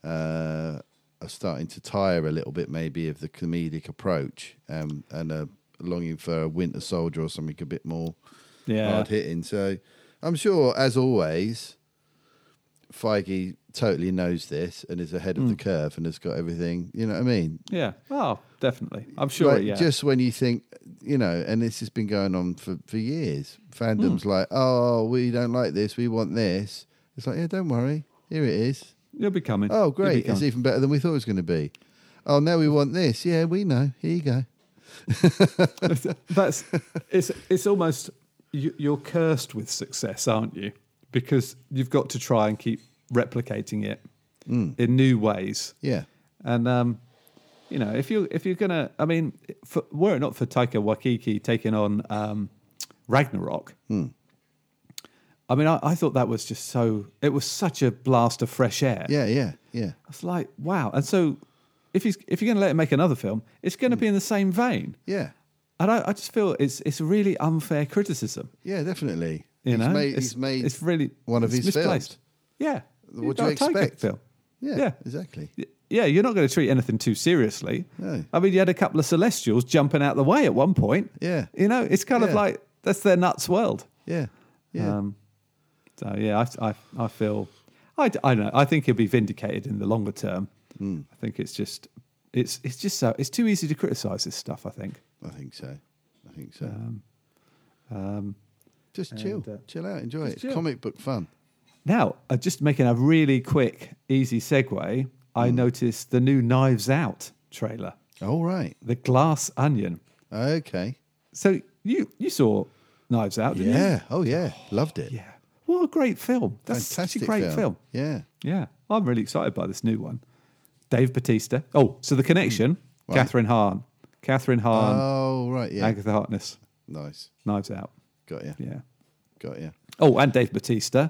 B: uh, are starting to tire a little bit maybe of the comedic approach um, and are longing for a Winter Soldier or something a bit more
D: Yeah.
B: hard hitting. So I'm sure, as always, Feige totally knows this and is ahead of
D: Hmm.
B: the curve and has got everything. You know what I mean?
D: Yeah. Oh, definitely. I'm sure.
B: Like,
D: yeah.
B: Just when you think, you know, and this has been going on for, for years, fandom's
D: Hmm.
B: like, oh, we don't like this, we want this. It's like, yeah, don't worry, here it is.
D: You'll be coming.
B: Oh,
D: You'll be
B: great, it's
D: coming.
B: even better than we thought it was going to be. Oh, now we want this. Yeah, we know. Here you go.
D: That's it's it's almost you, you're cursed with success, aren't you? Because you've got to try and keep replicating it
B: Hmm.
D: in new ways.
B: Yeah,
D: And um, you know, if you if you're gonna, I mean, for, were it not for Taika Waikiki taking on um, Ragnarok,
B: Hmm.
D: I mean, I, I thought that was just so. It was such a blast of fresh air.
B: yeah, yeah, yeah.
D: it's like wow. And so, if he's if you're gonna let him make another film, it's
B: Hmm.
D: gonna be in the same vein.
B: Yeah,
D: And I, I just feel it's it's really unfair criticism.
B: yeah, definitely.
D: You
B: he's
D: know,
B: made,
D: it's,
B: he's made
D: it's really
B: one of
D: it's
B: his
D: misplaced.
B: films.
D: Yeah,
B: What
D: You've
B: do you
D: got a Taika
B: expect?
D: film.
B: Yeah,
D: Yeah.
B: exactly.
D: Y- yeah, you're not going to treat anything too seriously.
B: No.
D: I mean, you had a couple of celestials jumping out the way at one point.
B: Yeah.
D: You know, it's kind of
B: Yeah.
D: like that's their nuts world.
B: Yeah, yeah,
D: Um, so, yeah, I, I, I feel, I, d- I don't know, I think he'll be vindicated in the longer term.
B: Hmm.
D: I think it's just, it's, it's just so, it's too easy to criticize this stuff, I think.
B: I think so. I think so. Just chill,
D: um, And, uh,
B: chill out, enjoy it. It's
D: chill.
B: comic book fun.
D: Now, uh, just making a really quick, easy segue,
B: Hmm.
D: I noticed the new Knives Out trailer,
B: All right,
D: The Glass Onion.
B: okay,
D: So you you saw Knives Out, didn't
B: yeah, oh yeah, loved it.
D: you? Yeah. What a great film. That's
B: Fantastic
D: such a great film.
B: Yeah,
D: Yeah. I'm really excited by this new one. Dave Batista. Oh, so The Connection, Catherine Hahn. Catherine Hahn,
B: Hmm. oh right, yeah,
D: Agatha Harkness,
B: nice,
D: Knives Out.
B: got you,
D: Yeah.
B: got you.
D: Oh, and Dave Batista,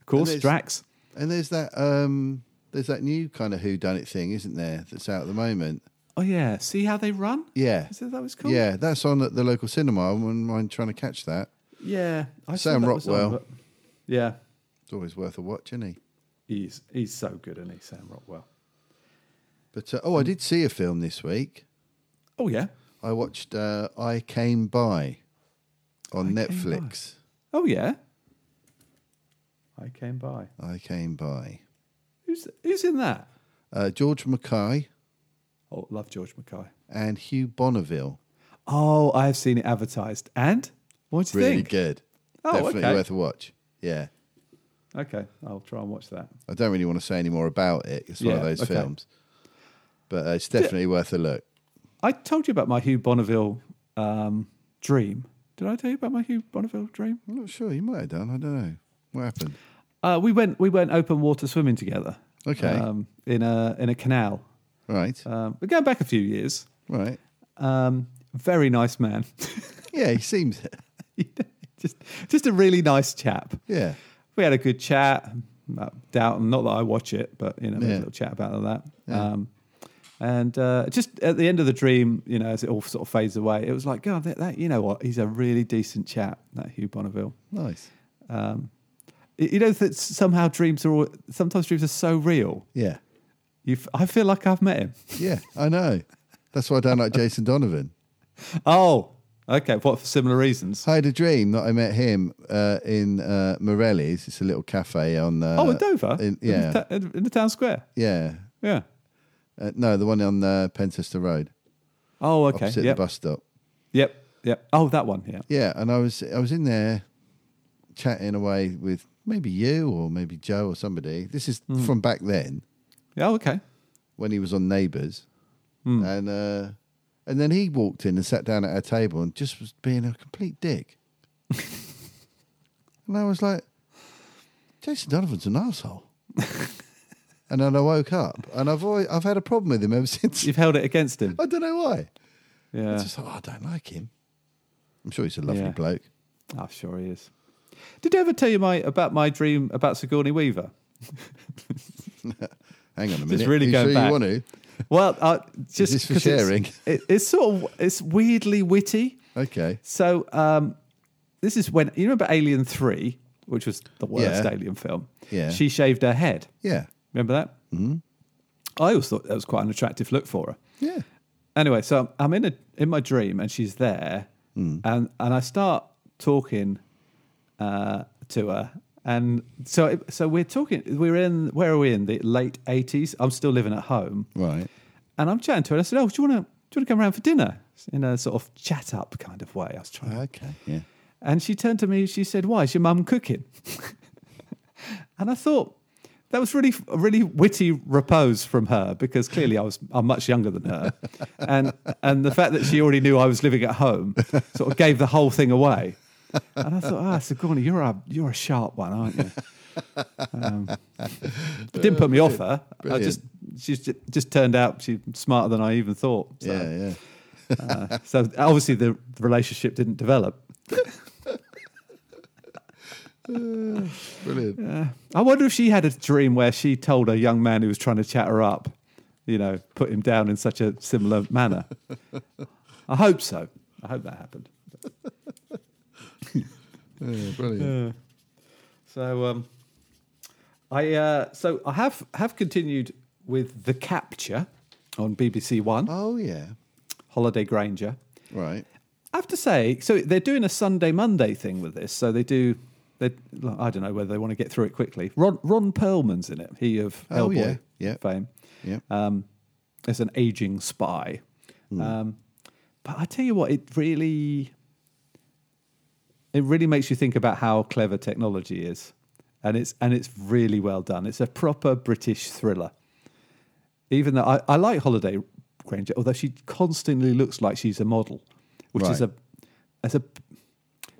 D: of course,
B: there's-
D: Drax.
B: And there's that um, there's that new kind of who done it thing, isn't there? That's out at the moment.
D: Oh, yeah. See how they run?
B: Yeah,
D: Is that that was called?
B: Yeah, that's on at the local cinema. I wouldn't mind trying to catch that.
D: Yeah, I saw
B: Sam
D: that was on,
B: Rockwell.
D: but- yeah,
B: It's always worth a watch, isn't he?
D: he's he's so good, isn't he, Sam Rockwell?
B: But uh, oh, I did see a film this week.
D: Oh yeah,
B: I watched uh, I Came By on
D: I Came
B: Netflix.
D: oh yeah. I came by.
B: I Came By.
D: Who's who's in that?
B: Uh, George Mackay
D: Oh, love George Mackay.
B: and Hugh Bonneville.
D: Oh, I have seen it advertised, and what do you
B: Really
D: think?
B: good.
D: Oh,
B: Definitely
D: okay.
B: worth a watch. Yeah.
D: Okay, I'll try and watch that.
B: I don't really want to say any more about it. It's one of
D: Yeah,
B: those
D: okay.
B: films. But uh, it's definitely worth a look.
D: I told you about my Hugh Bonneville um, dream. Did I tell you about my Hugh Bonneville dream?
B: I'm not sure. You might have done. I don't know. What happened?
D: Uh, we went we went open water swimming together.
B: Okay.
D: Um, in a in a canal.
B: Right.
D: Um, we're going back a few years.
B: right.
D: Um, very nice man.
B: Yeah, he seems.
D: just, just a really nice chap.
B: Yeah.
D: We had a good chat about Downton. Not that I watch it, but you know, we had
B: Yeah.
D: a little chat about that. Um, and uh, just at the end of the dream, you know, as it all sort of fades away, it was like, God, that, that you know what? He's a really decent chap, that Hugh Bonneville.
B: Nice.
D: Y- You know that somehow dreams are all, sometimes dreams are so real.
B: Yeah.
D: You, f- I feel like I've met him.
B: Yeah, I know. That's why I don't like Jason Donovan.
D: Oh, okay. What for similar reasons?
B: I had a dream that I met him uh, in uh, Morelli's. It's a little cafe on. Uh,
D: oh, in Dover,
B: in-
D: in,
B: yeah,
D: the ta- in the town square.
B: yeah.
D: Yeah.
B: Uh, no, the one on uh, Penchester Road,
D: Oh, okay.
B: opposite
D: Yep.
B: the bus stop.
D: Yep. Yep. Oh, that one. Yeah.
B: Yeah, and I was I was in there chatting away with maybe you or maybe Joe or somebody. This is
D: Hmm.
B: from back then
D: Yeah. Okay.
B: when he was on Neighbours,
D: Hmm.
B: and uh, and then he walked in and sat down at our table and just was being a complete dick. and I was like, Jason Donovan's an asshole. and then I woke up, and I've always, I've had a problem with him ever since.
D: You've held it against him.
B: I don't know why.
D: Yeah.
B: It's just like, oh, I don't like him. I'm sure he's a lovely
D: Yeah.
B: bloke.
D: Oh, sure he is. Did I ever tell you my about my dream about Sigourney Weaver?
B: Hang on a minute.
D: really
B: Are you
D: going
B: sure
D: back.
B: you want to?
D: Well, uh, just
B: this for
D: 'cause it's-
B: sharing?
D: It, it's sort of it's weirdly witty.
B: Okay.
D: So um, this is when you remember Alien Three, which was the worst
B: Yeah.
D: Alien film.
B: Yeah.
D: She shaved her head.
B: Yeah.
D: Remember that? Mm-hmm. I always thought that was quite an attractive look for her.
B: Yeah.
D: anyway, so I'm in a in my dream and she's there, and and I start talking uh, to her, and so it, so we're talking. We're in where are we in the late '80s? I'm still living at home,
B: Right.
D: and I'm chatting to her. And I said, "Oh, do you want to do you want to come around for dinner?" In a sort of chat up kind of way. I was trying. to
B: Okay. Yeah.
D: and she turned to me. She said, "Why is your mum cooking?" and I thought that was really a really witty repose from her because clearly I was I'm much younger than her, and and the fact that she already knew I was living at home sort of gave the whole thing away. And I thought, ah, Sigourney, you're a you're a sharp one, aren't you? Um, but didn't put me off her. I just she's just, just turned out she's smarter than I even thought. So,
B: Yeah. Yeah.
D: uh, so obviously the relationship didn't develop.
B: Brilliant.
D: I wonder if she had a dream where she told a young man who was trying to chat her up, you know, put him down in such a similar manner. I hope so. I hope that happened.
B: Yeah, brilliant.
D: So, um, I uh, so I have have continued with the capture on BBC One,
B: Oh yeah.
D: Holiday Granger.
B: Right.
D: I have to say, so they're doing a Sunday Monday thing with this. So they do. They, I don't know whether they want to get through it quickly. Ron, Ron Perlman's in it. He of Hellboy
B: Oh, yeah. Yeah.
D: fame.
B: Yeah.
D: um, as an aging spy. Um, but I tell you what, it really It really makes you think about how clever technology is, and it's and it's really well done. It's a proper British thriller. Even though I, I like Holiday Granger, although she constantly looks like she's a model, which is
B: Right.
D: a as a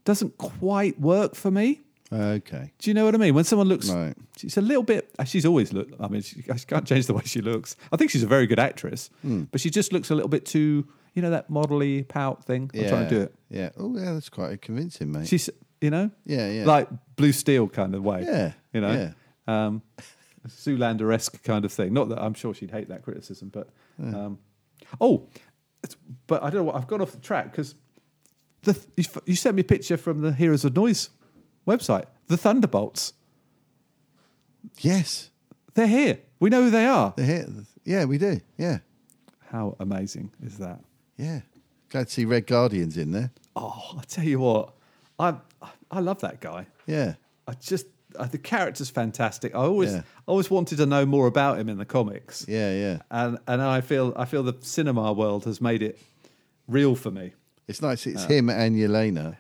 D: doesn't quite work for me.
B: Okay.
D: Do you know what I mean? When someone looks,
B: Right.
D: she's a little bit. uh, She's always looked. I mean, she, I can't change the way she looks. I think she's a very good actress,
B: Hmm.
D: but she just looks a little bit too. You know that modelly pout thing. I'm trying to do it.
B: Yeah. Oh, yeah, that's quite convincing, mate.
D: She's, you know,
B: Yeah, yeah.
D: like blue steel kind of way.
B: Yeah,
D: you know, um, Zoolander esque kind of thing. Not that I'm sure she'd hate that criticism, but um, oh, it's- but I don't know. what I've gone off the track because the th- you, f- you sent me a picture from the Heroes of Noise website. The Thunderbolts,
B: yes.
D: they're here. We know who they are.
B: The hit. Yeah, we do. Yeah.
D: How amazing is that?
B: Yeah. Glad to see Red Guardians in there.
D: Oh, I tell you what, I I love that guy.
B: Yeah.
D: I just uh, the character's fantastic. I always
B: Yeah.
D: I always wanted to know more about him in the comics.
B: Yeah, yeah.
D: and and I feel I feel the cinema world has made it real for me.
B: It's nice. It's him and Yelena.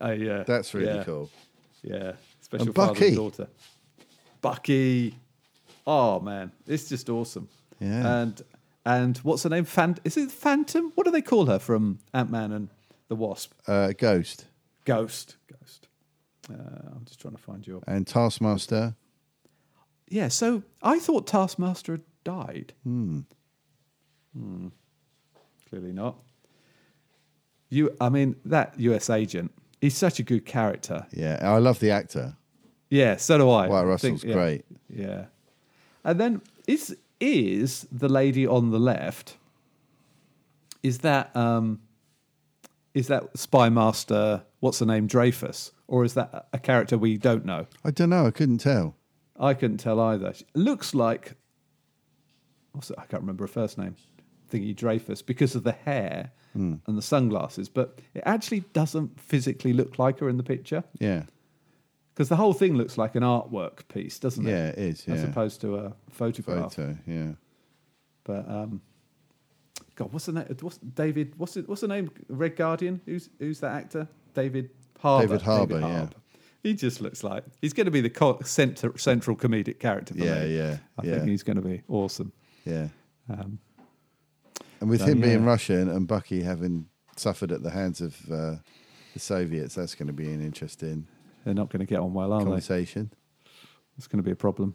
D: I, yeah,
B: That's really
D: Uh. yeah,
B: cool.
D: Yeah, special
B: And
D: father
B: Bucky.
D: and daughter. Bucky, oh man, it's just awesome.
B: Yeah.
D: and and what's her name? Phant- is it Phantom? What do they call her from Ant Man and the Wasp?
B: Uh, Ghost
D: Ghost, Ghost. Uh, I'm just trying to find your.
B: and Taskmaster.
D: Yeah, so I thought Taskmaster had died. Hmm. Clearly not. You, I mean, that U.S. agent. He's such a good character.
B: Yeah. I love the actor.
D: Yeah, so do I.
B: Wyatt
D: I think-
B: Russell's great.
D: Yeah, and then is is the lady on the left? Is that um, is that spy master? What's her name? Dreyfus, or is that a character we don't know?
B: I don't know. I couldn't tell.
D: I couldn't tell either. She looks like what's it? I can't remember her first name. Thingy Dreyfus because of the hair
B: Hmm.
D: and the sunglasses, but it actually doesn't physically look like her in the picture
B: Yeah.
D: because the whole thing looks like an artwork piece, doesn't it?
B: Yeah, it is,
D: as
B: yeah.
D: opposed to a photograph.
B: Photo. Yeah.
D: But um, God, what's the name? What's David? What's it, what's the name? Red Guardian. Who's who's that actor? David Harbour.
B: David Harbour, yeah.
D: Harbour. He just looks like he's going to be the co- center, central comedic character. For
B: Yeah,
D: me.
B: yeah,
D: I
B: yeah.
D: think he's going to be awesome.
B: Yeah.
D: Um,
B: And with
D: So,
B: him being
D: yeah.
B: Russian and Bucky having suffered at the hands of uh, the Soviets, that's going to be an interesting
D: they're not going to get on well, are they?
B: conversation.
D: It's going to be a problem.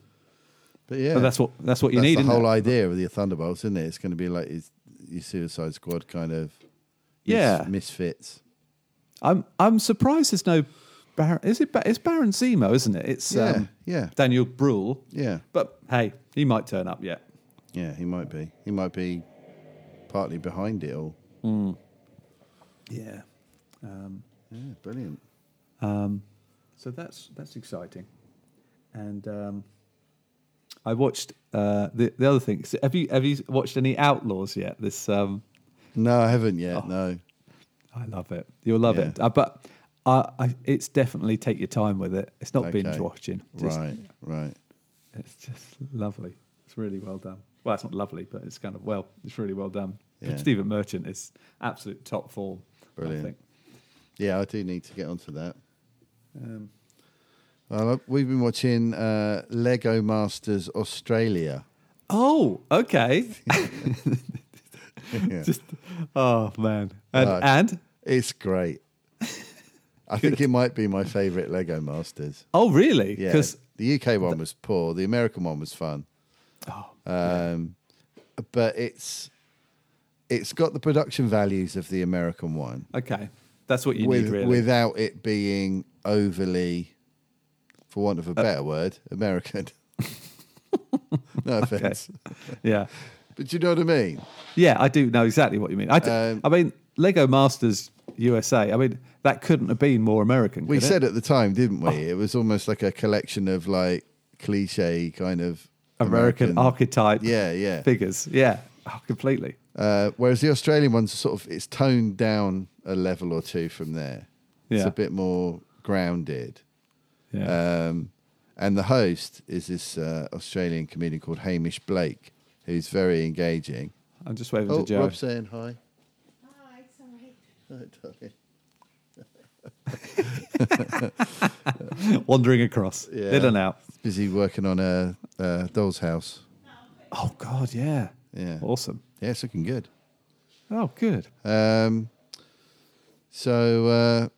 B: But yeah,
D: But that's what that's what you
B: that's
D: need.
B: the
D: isn't
B: whole
D: it?
B: idea of the Thunderbolts, isn't it? It's going to be like it's, your Suicide Squad kind of mis-
D: Yeah.
B: misfits.
D: I'm I'm surprised there's no Baron. Is it? Ba- It's Baron Zemo, isn't it? It's
B: Yeah,
D: um,
B: yeah.
D: Daniel Bruhl.
B: Yeah,
D: But hey, he might turn up yet.
B: yeah, he might be. He might be partly behind it all.
D: Yeah.
B: Yeah, brilliant.
D: So that's that's exciting. And um, I watched uh, the the other thing. So have you have you watched any Outlaws yet? This um,
B: No, I haven't
D: Oh.
B: yet. No.
D: I love it. You'll love it.
B: Yeah.
D: Uh, but I, I, it's definitely take your time with it. It's not
B: Okay.
D: binge watching. Just-
B: Right, right.
D: It's just lovely. It's really well done. Well, it's not lovely, but it's kind of well. It's really well done.
B: Yeah.
D: Stephen Merchant is absolute top form.
B: Brilliant.
D: I think.
B: Yeah, I do need to get onto that. Um, we've been watching uh, Lego Masters Australia.
D: Oh, okay.
B: Yeah.
D: just oh man, and
B: Nice.
D: and
B: It's great. I think it might be my favourite Lego Masters.
D: oh really?
B: Yeah,
D: Because
B: the UK one was poor. The American one was fun. um, but it's it's got the production values of the American one
D: okay, that's what you
B: with,
D: need really.
B: without it being overly, for want of
D: Uh,
B: a better word, American. no offense,
D: yeah,
B: but you know what I mean.
D: yeah, I do know exactly what you mean. I, do-
B: Um,
D: I mean Lego Masters USA. I mean that couldn't have been more
B: We
D: American. could it? Oh.
B: said at the time, didn't we? It was almost like a collection of like cliche kind of
D: American, archetype.
B: Yeah, yeah.
D: figures. Yeah, oh, completely.
B: Uh, whereas the Australian one's sort of it's toned down a level or two from there. It's
D: Yeah.
B: a bit more grounded.
D: Yeah.
B: Um, and the host is this uh, Australian comedian called Hamish Blake, who's very engaging.
D: I'm just waving
B: Oh,
D: to Joe.
B: Rob's saying hi.
E: Hi, sorry.
B: Hi, darling.
D: Wandering across,
B: Yeah.
D: in and out.
B: Busy working on a, uh doll's house.
D: Oh God, yeah,
B: Yeah.
D: awesome.
B: Yeah, it's looking good.
D: Oh, good.
B: Um, so uh,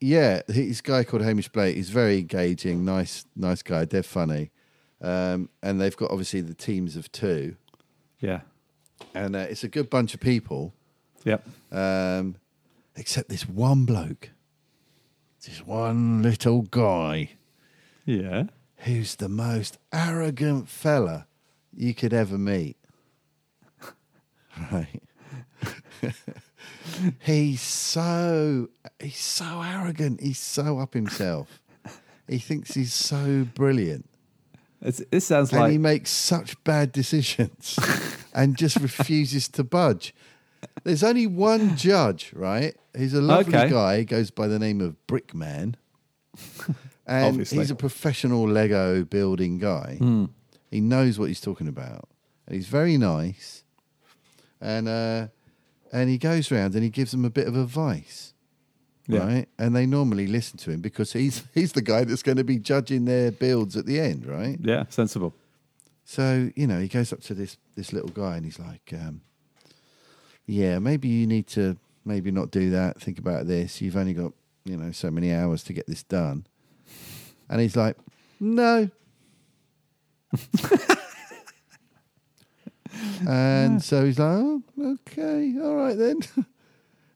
B: yeah, he- this guy called Hamish Blake. He's very engaging, nice, nice guy. They're funny, um, and they've got obviously the teams of two,
D: Yeah,
B: and uh, it's a good bunch of people,
D: yep.
B: um, except this one bloke, this one little guy,
D: Yeah.
B: who's the most arrogant fella you could ever meet. right. he's so he's so arrogant. He's so up himself. he thinks he's so brilliant,
D: It's, this sounds
B: and he
D: like
B: makes such bad decisions, and just refuses to budge. There's only one judge, right? He's a lovely
D: Okay.
B: guy. He goes by the name of Brickman, and
D: Obviously. Hmm.
B: he's a professional Lego building guy. He knows what he's talking about, and he's very nice. And uh, and he goes round and he gives them a bit of advice,
D: Yeah.
B: right? And they normally listen to him because he's he's the guy that's going to be judging their builds at the end, right?
D: yeah, sensible.
B: So you know, he goes up to this this little guy and he's like, um, "Yeah, maybe you need to maybe not do that. Think about this. You've only got you know so many hours to get this done." And he's like, "No." and so he's like, oh, "Okay, all right then."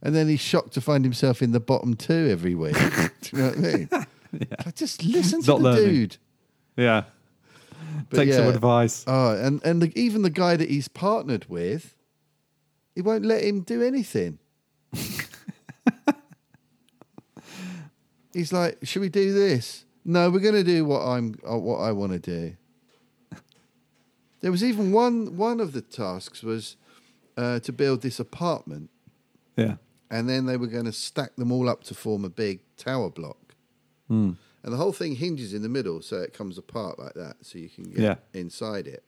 B: And then he's shocked to find himself in the bottom two every week. do you know what I mean? Like, Just listen to
D: Not
B: the
D: learning.
B: dude.
D: Yeah.
B: But
D: Take some
B: yeah.
D: advice.
B: Oh, and and the, even the guy that he's partnered with, he won't let him do anything. he's like, "Should we do this? No, we're going to do what I'm uh, what I want to do." There was even one one of the tasks was uh, to build this apartment,
D: Yeah.
B: and then they were going to stack them all up to form a big tower block. And the whole thing hinges in the middle, so it comes apart like that, so you can get
D: Yeah.
B: inside it.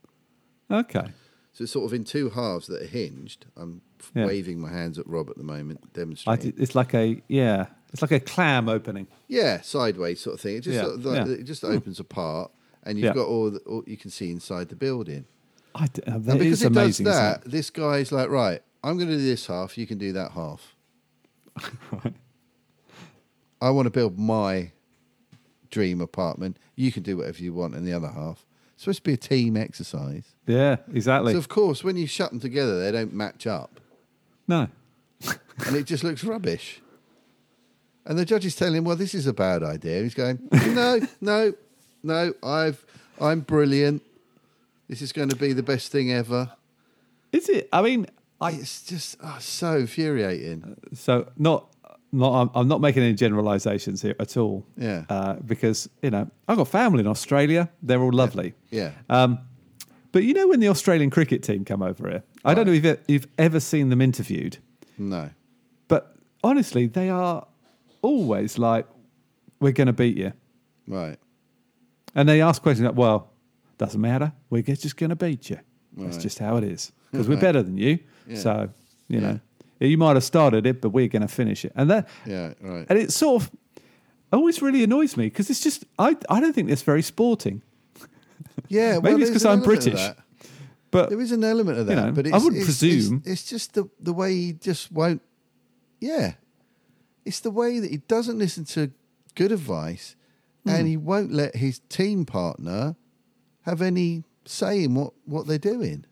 D: Okay.
B: So it's sort of in two halves that are hinged. I'm f-
D: Yeah.
B: waving my hands at Rob at the moment,
D: I
B: demonstrating.
D: did, it's like a yeah. It's like a clam opening.
B: Yeah, sideways sort of thing. It just
D: Yeah,
B: sort of like,
D: yeah. Mm.
B: it just opens apart, and you've
D: Yeah.
B: got all, the, all you can see inside the building.
D: I d- uh, that
B: And because
D: is
B: he
D: amazing.
B: does
D: isn't
B: that, this guy's like, right, I'm going to do this half. You can do that half.
D: it? Right.
B: I want to build my dream apartment. You can do whatever you want in the other half. It's supposed to be a team exercise.
D: Yeah. Exactly.
B: so of course, when you shut them together, they don't match up.
D: no.
B: and it just looks rubbish. And the judge is telling him, "Well, this is a bad idea." He's going, "No, no, no. I've, I'm brilliant. This is going to be the best thing ever."
D: Is it? I mean, I
B: It's just oh, so infuriating.
D: so not not I'm, I'm not making any generalizations here at all.
B: Yeah.
D: Uh, because you know I've got family in Australia. They're all lovely.
B: Yeah,
D: Um, but you know when the Australian cricket team come over here, I don't know if you've- you've ever seen them interviewed,
B: no,
D: but honestly, they are always like, "We're going to beat you,"
B: right,
D: and they ask questions like, "Well, doesn't matter. We're g- just going to beat you. That's
B: Right.
D: just how it is because we're better than you.
B: Yeah.
D: So you know,
B: Yeah.
D: you might have started it, but we're going to finish it." And that,
B: yeah, right.
D: and it sort of always really annoys me because it's just I I don't think it's very sporting,
B: Yeah, well,
D: Maybe it's
B: there's
D: 'cause
B: an
D: I'm
B: element of
D: British.
B: that.
D: but
B: There is an element of that,
D: You know,
B: but
D: I
B: it's,
D: wouldn't
B: it's-
D: presume.
B: It's, it's just the the way he just won't. Yeah, it's the way that he doesn't listen to good advice,
D: Hmm.
B: and he won't let his team partner have any say in what what they're doing.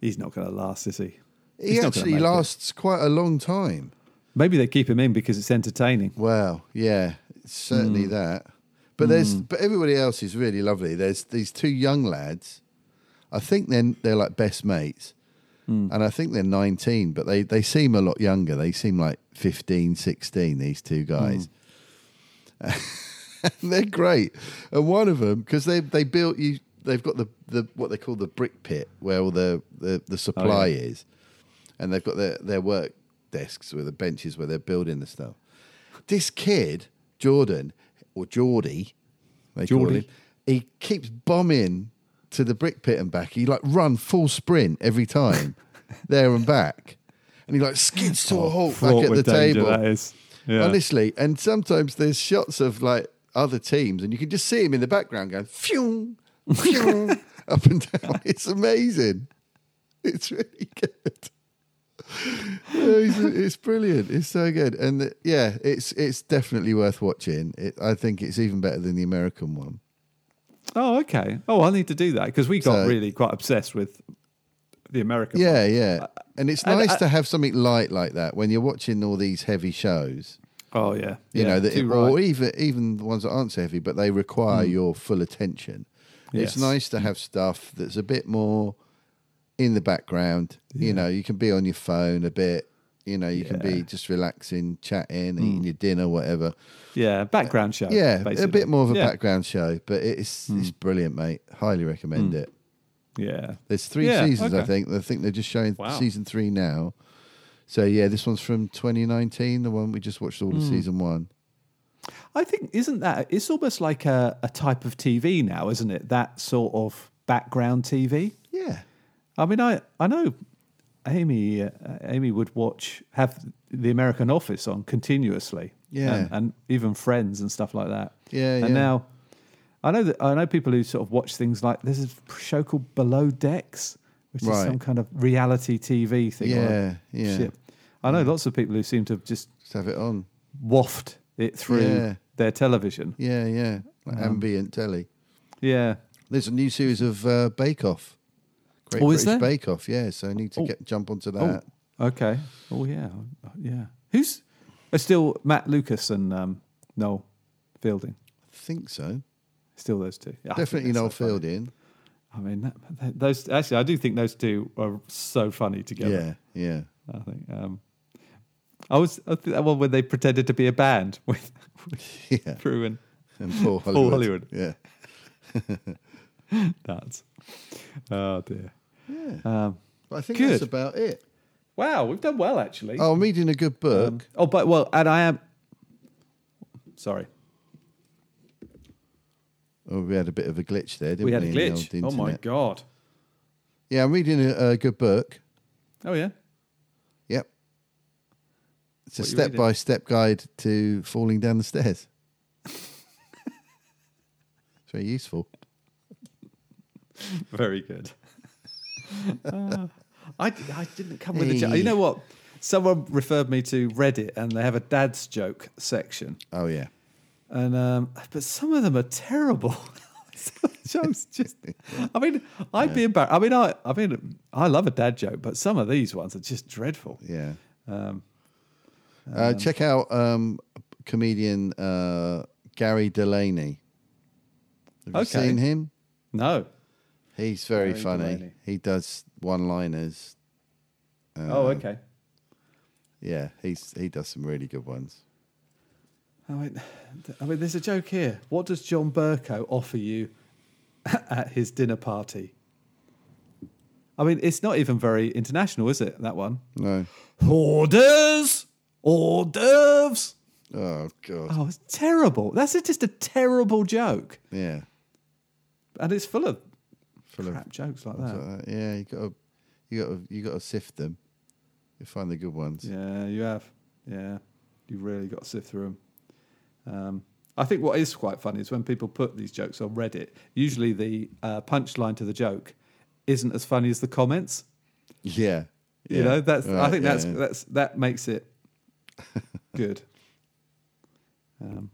D: he's not going to last, is he?
B: He
D: He's not gonna
B: actually
D: make it.
B: lasts quite a long time.
D: Maybe they keep him in because it's entertaining.
B: Well, yeah, certainly that. But there's but everybody else is really lovely. There's these two young lads. I think then they're like best mates. And I think they're 19, but they, they seem a lot younger. They seem like 15, 16, these two guys. and they're great. And one of them, because they, they built you, they've got the, the what they call the brick pit where all the, the, the supply is. And they've got their, their work desks with the benches where they're building the stuff. This kid, Jordan, or Geordie, they call
D: Geordie.
B: him, he keeps bombing to the brick pit and back. He like run full sprint every time, there and back. And he like skids to a halt
D: Oh, Fraught
B: back at the
D: with danger,
B: table.
D: That is. Yeah.
B: honestly. And sometimes there's shots of like other teams, and you can just see him in the background going phew, phew, up and down. It's amazing. It's really good. No, it's, it's brilliant. It's so good, and uh, yeah, it's it's definitely worth watching. It, I think it's even better than the American one.
D: Oh, okay. Oh, I need to do that because we got
B: So-
D: really quite obsessed with the American. one.
B: Yeah, yeah. And it's
D: and
B: nice
D: I-
B: to have something light like that when you're watching all these heavy shows.
D: Oh, yeah.
B: You
D: yeah,
B: know, that it,
D: too
B: or
D: right. Mm.
B: even even the ones that aren't so heavy, but they require your full attention.
D: Yes.
B: It's nice to have stuff that's a bit more in the background. You know, you can be on your phone a bit. You know, you can be just relaxing, chatting,
D: Mm.
B: eating your dinner, whatever.
D: yeah, background show.
B: yeah,
D: basically.
B: a bit more of a
D: yeah. Mm.
B: background show, but it's it's brilliant, mate. Highly recommend it.
D: Yeah.
B: There's three
D: Mm. Yeah,
B: seasons, I
D: okay.
B: think. I think they're just showing
D: Wow.
B: season three now. So yeah, this one's from 2019, the one we just watched all of
D: Mm.
B: season one.
D: I think isn't that it's almost like a, a type of TV now, isn't it? That sort of background TV.
B: Yeah,
D: I mean, I I know Amy uh, Amy would watch have the American Office on continuously,
B: Yeah.
D: and, and even Friends and stuff like that.
B: Yeah,
D: and
B: yeah.
D: now I know that I know people who sort of watch things like there's a show called Below Decks, which is
B: Right.
D: some kind of reality TV thing. on a
B: Yeah, yeah.
D: ship. I know lots of people who seem to have just
B: just have it on.
D: waft it through
B: Yeah.
D: their television.
B: Yeah, yeah, like
D: Um,
B: ambient telly.
D: Yeah.
B: There's a new series of uh, Bake Off. Great
D: Oh,
B: British
D: is there?
B: Bake Off. Yeah, so I need to
D: Oh.
B: get jump onto
D: Oh,
B: that.
D: okay. Oh yeah, yeah. Who's uh, still Matt Lucas and um, Noel Fielding?
B: I think so.
D: Still those two. Yeah, I think
B: Definitely
D: they're so
B: Noel
D: funny.
B: Fielding.
D: I mean, that, that- those actually, I do think those two are so funny together.
B: Yeah, yeah.
D: I think. Um, I was I think that one when they pretended to be a band with, with
B: Yeah,
D: Prue and
B: and Paul Hollywood.
D: Hollywood.
B: Yeah,
D: that. Oh dear.
B: but I think
D: Good.
B: that's about it.
D: Wow, we've done well actually.
B: Oh, I'm reading a good book.
D: Um, oh, but well, and I am. Sorry.
B: oh, we had a bit of a glitch there, didn't we?
D: we had a
B: in the
D: glitch. Oh
B: old
D: my
B: internet?
D: god.
B: Yeah, I'm reading a, a good book.
D: Oh yeah.
B: Yep. It's a
D: What you
B: step
D: reading?
B: by step guide to falling down the stairs. it's very useful.
D: Very good. Ah, I, I didn't come with a joke.
B: Hey.
D: You know what? Someone referred me to Reddit, and they have a dad's joke section,
B: Oh yeah.
D: and um, but some of them are terrible. Some jokes just, I mean, I'd be embarrassed. I mean, I, I mean, I love a dad joke, but some of these ones are just dreadful.
B: Yeah.
D: Um,
B: uh, check out um, comedian uh, Gary Delaney. Have
D: Okay.
B: you seen him?
D: No.
B: He's very
D: Gary
B: funny.
D: Delaney.
B: He does one liners. Uh,
D: oh, okay.
B: Yeah, he's he does some really good ones.
D: I mean, I mean, there's a joke here. What does John Burko offer you at his dinner party? I mean, it's not even very international, is it? That one.
B: No.
D: Orders, hors d'oeuvres.
B: Oh god.
D: Oh, it's terrible. That's a- just a terrible joke,
B: Yeah.
D: and it's full of
B: Full
D: crap jokes like that.
B: Uh, yeah, you got to, you got to, you got to sift them. You find the good ones.
D: Yeah, you have. Yeah, you really got to sift through them. Um, I think what is quite funny is when people put these jokes on Reddit. Usually, the uh, punchline to the joke isn't as funny as the comments.
B: Yeah,
D: You
B: yeah.
D: know, that's. I
B: Right,
D: think
B: yeah,
D: that's
B: yeah.
D: that's that makes it good. Um,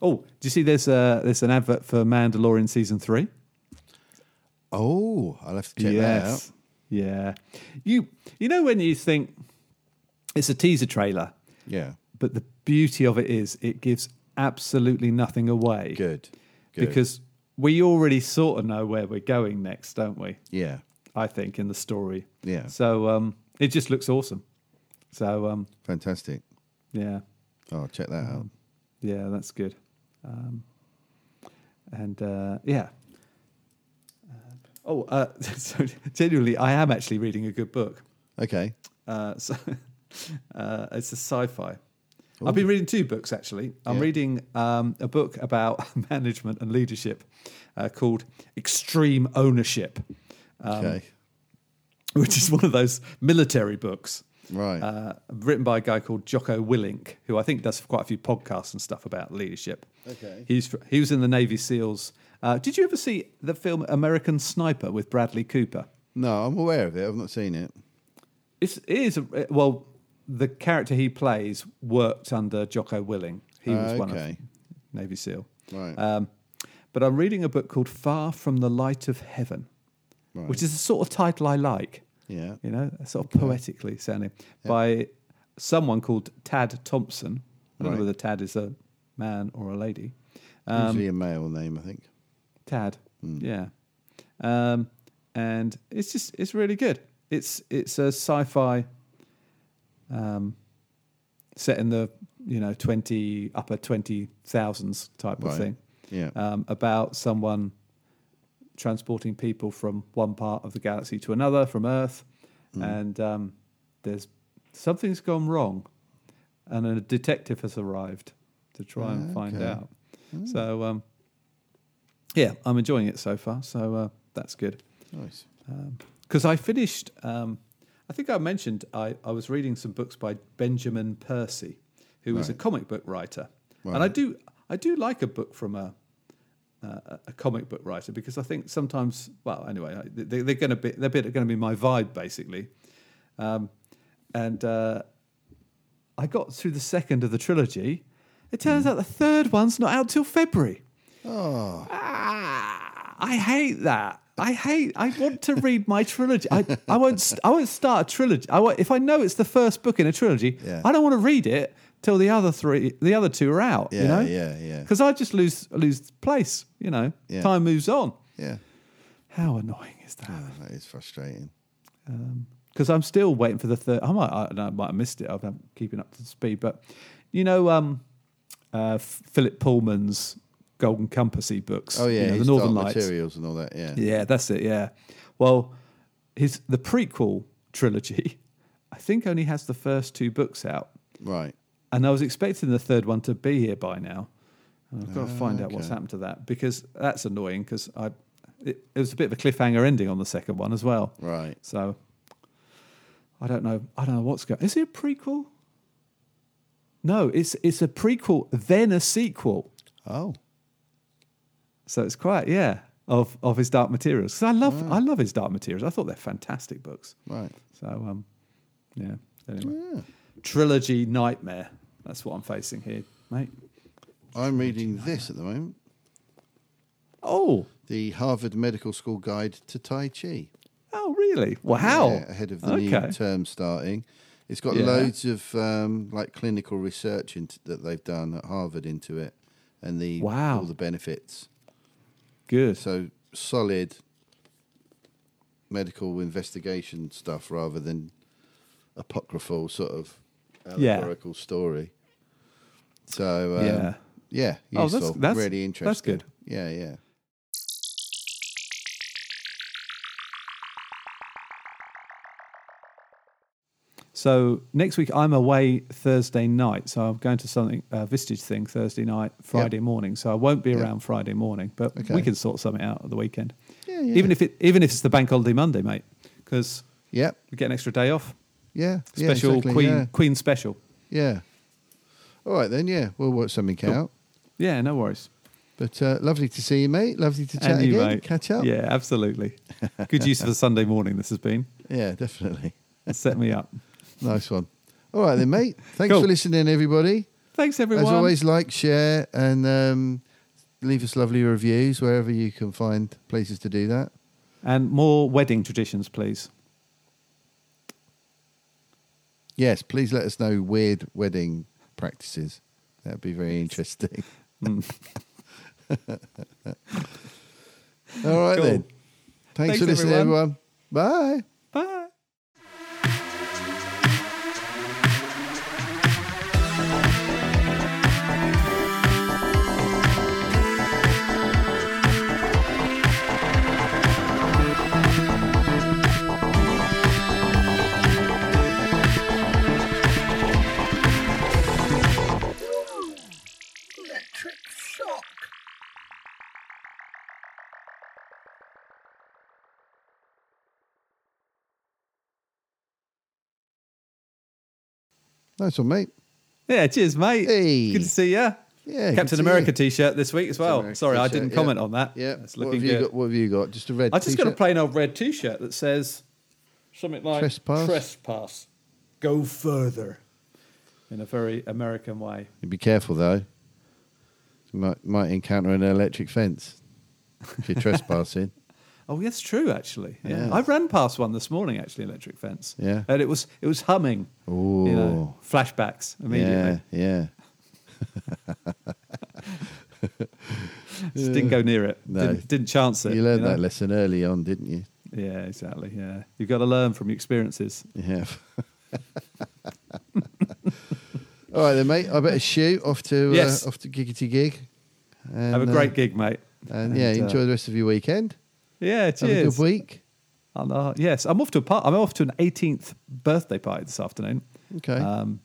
D: oh, do you see? There's a there's an advert for Mandalorian season three.
B: Oh, I'll have to check that out.
D: Yeah. You you know when you think it's a teaser trailer.
B: Yeah,
D: but the beauty of it is it gives absolutely nothing away
B: good. good.
D: because we already sort of know where we're going next don't we
B: yeah,
D: i think in the story
B: Yeah.
D: so um it just looks awesome so um
B: fantastic.
D: yeah
B: Oh, check that out.
D: Um, yeah that's good um and uh yeah Uh, oh uh so genuinely i am actually reading a good book
B: Okay.
D: Uh, so uh, it's a sci-fi. I've been reading two books actually. I'm
B: Yeah.
D: reading um, a book about management and leadership uh, called Extreme Ownership,
B: okay.
D: which is one of those military books.
B: Right.
D: Uh, written by a guy called Jocko Willink, who I think does quite a few podcasts and stuff about leadership.
B: Okay.
D: He's fr- he was in the Navy SEALs. Uh, did you ever see the film American Sniper with Bradley Cooper?
B: No, I'm aware of it. I've not seen it.
D: It's, it is a- well, the character he plays worked under Jocko Willing. He was one of
B: Okay.
D: Navy SEAL.
B: Right.
D: Um, but I'm reading a book called Far from the Light of Heaven,
B: Right.
D: which is the sort of title I like.
B: Yeah.
D: You know, sort of poetically sounding by someone called Tad Thompson. I don't
B: Right.
D: know whether Tad is a man or a lady. um,
B: Usually a male name, I think.
D: Tad. Yeah. Um, and it's just it's really good. It's it's a sci-fi um, set in the you know twenty upper twenty thousands type
B: Right.
D: of thing
B: Yeah.
D: um, about someone transporting people from one part of the galaxy to another from Earth,
B: Hmm.
D: and um, there's something's gone wrong, and a detective has arrived to try and find
B: Ah, Okay. Hmm.
D: out. So, um, yeah, I'm enjoying it so far. So uh, that's good
B: nice.
D: because I finished. Um, I think I mentioned I, I was reading some books by Benjamin Percy, who was a
B: Right.
D: comic book writer, and I
B: Right.
D: do I do like a book from a uh, a comic book writer because I think sometimes well anyway I- they, they're going to be they're going to be my vibe basically, um, and uh, I got through the second of the trilogy. It turns
B: Mm.
D: out the third one's not out till February.
B: Oh.
D: Ah, I hate that. I hate. I want to read my trilogy. I, I won't. st- I won't start a trilogy. I won't, if I know it's the first book in a trilogy,
B: Yeah.
D: I don't want to read it till the other three, the other two are out. you
B: Yeah,
D: know?
B: yeah, yeah.
D: Because I just lose lose place. You know,
B: Yeah.
D: time moves on.
B: Yeah.
D: How annoying is that?
B: That is frustrating.
D: because I'm still waiting for the third. I might, I, I might have missed it. I'm keeping up to speed, but you know, um, uh, F- Philip Pullman's Golden Compassy books.
B: Oh yeah,
D: you know, the
B: his
D: Northern
B: dark
D: Lights.
B: materials and all that. Yeah.
D: Yeah, that's it. Yeah. Well, his the prequel trilogy, I think, only has the first two books out,
B: Right.
D: and I was expecting the third one to be here by now. And I've got to find out what's
B: okay.
D: happened to that because that's annoying. Because I, it, it was a bit of a cliffhanger ending on the second one as well.
B: Right.
D: So I don't know. I don't know what's going. Is it a prequel? No, it's it's a prequel then a sequel.
B: Oh.
D: So it's quite yeah of of his Dark Materials 'Cause I love I love his Dark Materials. I thought they're fantastic books.
B: Ah. Right.
D: So um yeah anyway trilogy nightmare. That's what I'm facing here, mate.
B: I'm reading this at the moment.
D: Oh
B: The Harvard Medical School Guide to Tai Chi.
D: oh really? Wow.
B: Yeah, ahead of the
D: Okay.
B: new term starting. It's got
D: Yeah.
B: loads of um, like clinical research into, that they've done at Harvard into it, and the
D: Wow.
B: all the benefits.
D: Good.
B: So solid medical investigation stuff rather than apocryphal sort of
D: Yeah.
B: allegorical story. So um, yeah,
D: Yeah.
B: yeah,
D: Oh, that's-
B: useful,
D: that's-
B: really
D: that's
B: interesting.
D: good.
B: Yeah, yeah.
D: So next week I'm away Thursday night, so I'm going to something uh, Vistage thing Thursday night, Friday morning. So I won't be around Friday morning, but
B: Okay.
D: we can sort something out at the weekend.
B: Yeah, yeah.
D: Even if it even if it's the bank holiday Monday, mate, because
B: Yep.
D: we get an extra day off.
B: Yeah. yeah,
D: Special
B: exactly,
D: Queen
B: Yeah.
D: Queen special.
B: yeah. All right then. Yeah, we'll work something out.
D: Yeah, no worries.
B: But uh, lovely to see you, mate. Lovely to chat
D: And you,
B: again.
D: mate.
B: Catch up.
D: Yeah, absolutely. Good use of a Sunday morning. This has been
B: Yeah, definitely.
D: set me up.
B: Nice one. All right then, mate. Thanks
D: Cool.
B: for listening, everybody.
D: Thanks everyone.
B: As always, like, share, and um, leave us lovely reviews wherever you can find places to do that.
D: and more wedding traditions, please.
B: Yes, please let us know weird wedding practices. That'd be very interesting.
D: Mm.
B: All right
D: Cool.
B: then. Thanks,
D: Thanks,
B: for listening,
D: everyone.
B: everyone. Bye.
D: Bye.
A: Electric shock.
B: Nice one, mate.
D: Yeah, cheers, mate.
B: Hey.
D: Good to see you.
B: Yeah, good to
D: Captain
B: see
D: America
B: you.
D: t-shirt this week as well.
B: American
D: Sorry, I
B: t-shirt,
D: didn't
B: yeah.
D: comment on that.
B: Yeah.
D: it's
B: What
D: looking
B: have you
D: good.
B: got? What have you got? Just a red.
D: I just got a
B: t-shirt?
D: plain old red t-shirt that says something like
B: Trespass?
D: trespass. Go further. In a very American way.
B: Be careful though. You might might encounter an electric fence if you're trespassing.
D: Oh, that's true. Actually, yeah.
B: Yeah.
D: I ran past one this morning. Actually, electric fence.
B: Yeah.
D: and it was it was humming. you know, flashbacks
B: yeah,
D: immediately.
B: yeah.
D: Just didn't go near it.
B: No.
D: Didn't, didn't chance it.
B: You learned
D: know?
B: that lesson early on, didn't you?
D: Yeah, exactly. Yeah, you've got to learn from your experiences.
B: Yeah. All right then, mate. I better shoot off to
D: Yes.
B: uh, off to giggity gig. And,
D: Have a
B: uh,
D: great gig, mate.
B: and yeah,
D: and, uh,
B: enjoy the rest of your weekend.
D: Yeah,
B: Have
D: cheers.
B: a good week.
D: And, uh, yes, I'm off to a par- I'm off to an 18th birthday party this afternoon.
B: Okay.
D: Um,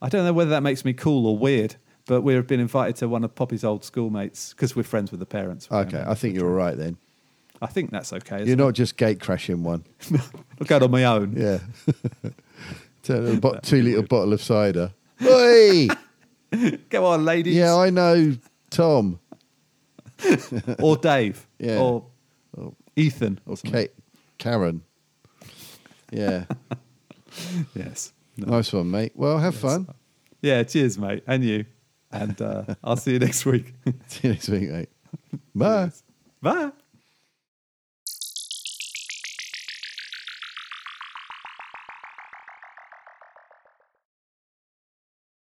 D: I don't know whether that makes me cool or weird, but we've been invited to one of Poppy's old schoolmates because we're friends with the parents.
B: okay, I think you're all right then.
D: I think that's okay.
B: You're
D: Isn't
B: not just gate crashing one.
D: it? Look out on my own.
B: Yeah. Turn a bo- two litre bottle of cider. Oi!
D: Go on, ladies.
B: yeah, I know Tom.
D: or Dave.
B: Yeah. Oh.
D: Or Ethan. Or something.
B: Kate, Karen. Yeah.
D: Yes. No.
B: nice one, mate. Well, have fun.
D: Yeah. Cheers, mate, and you, and uh, I'll see you next week.
B: See you next week, mate. Bye.
D: Bye.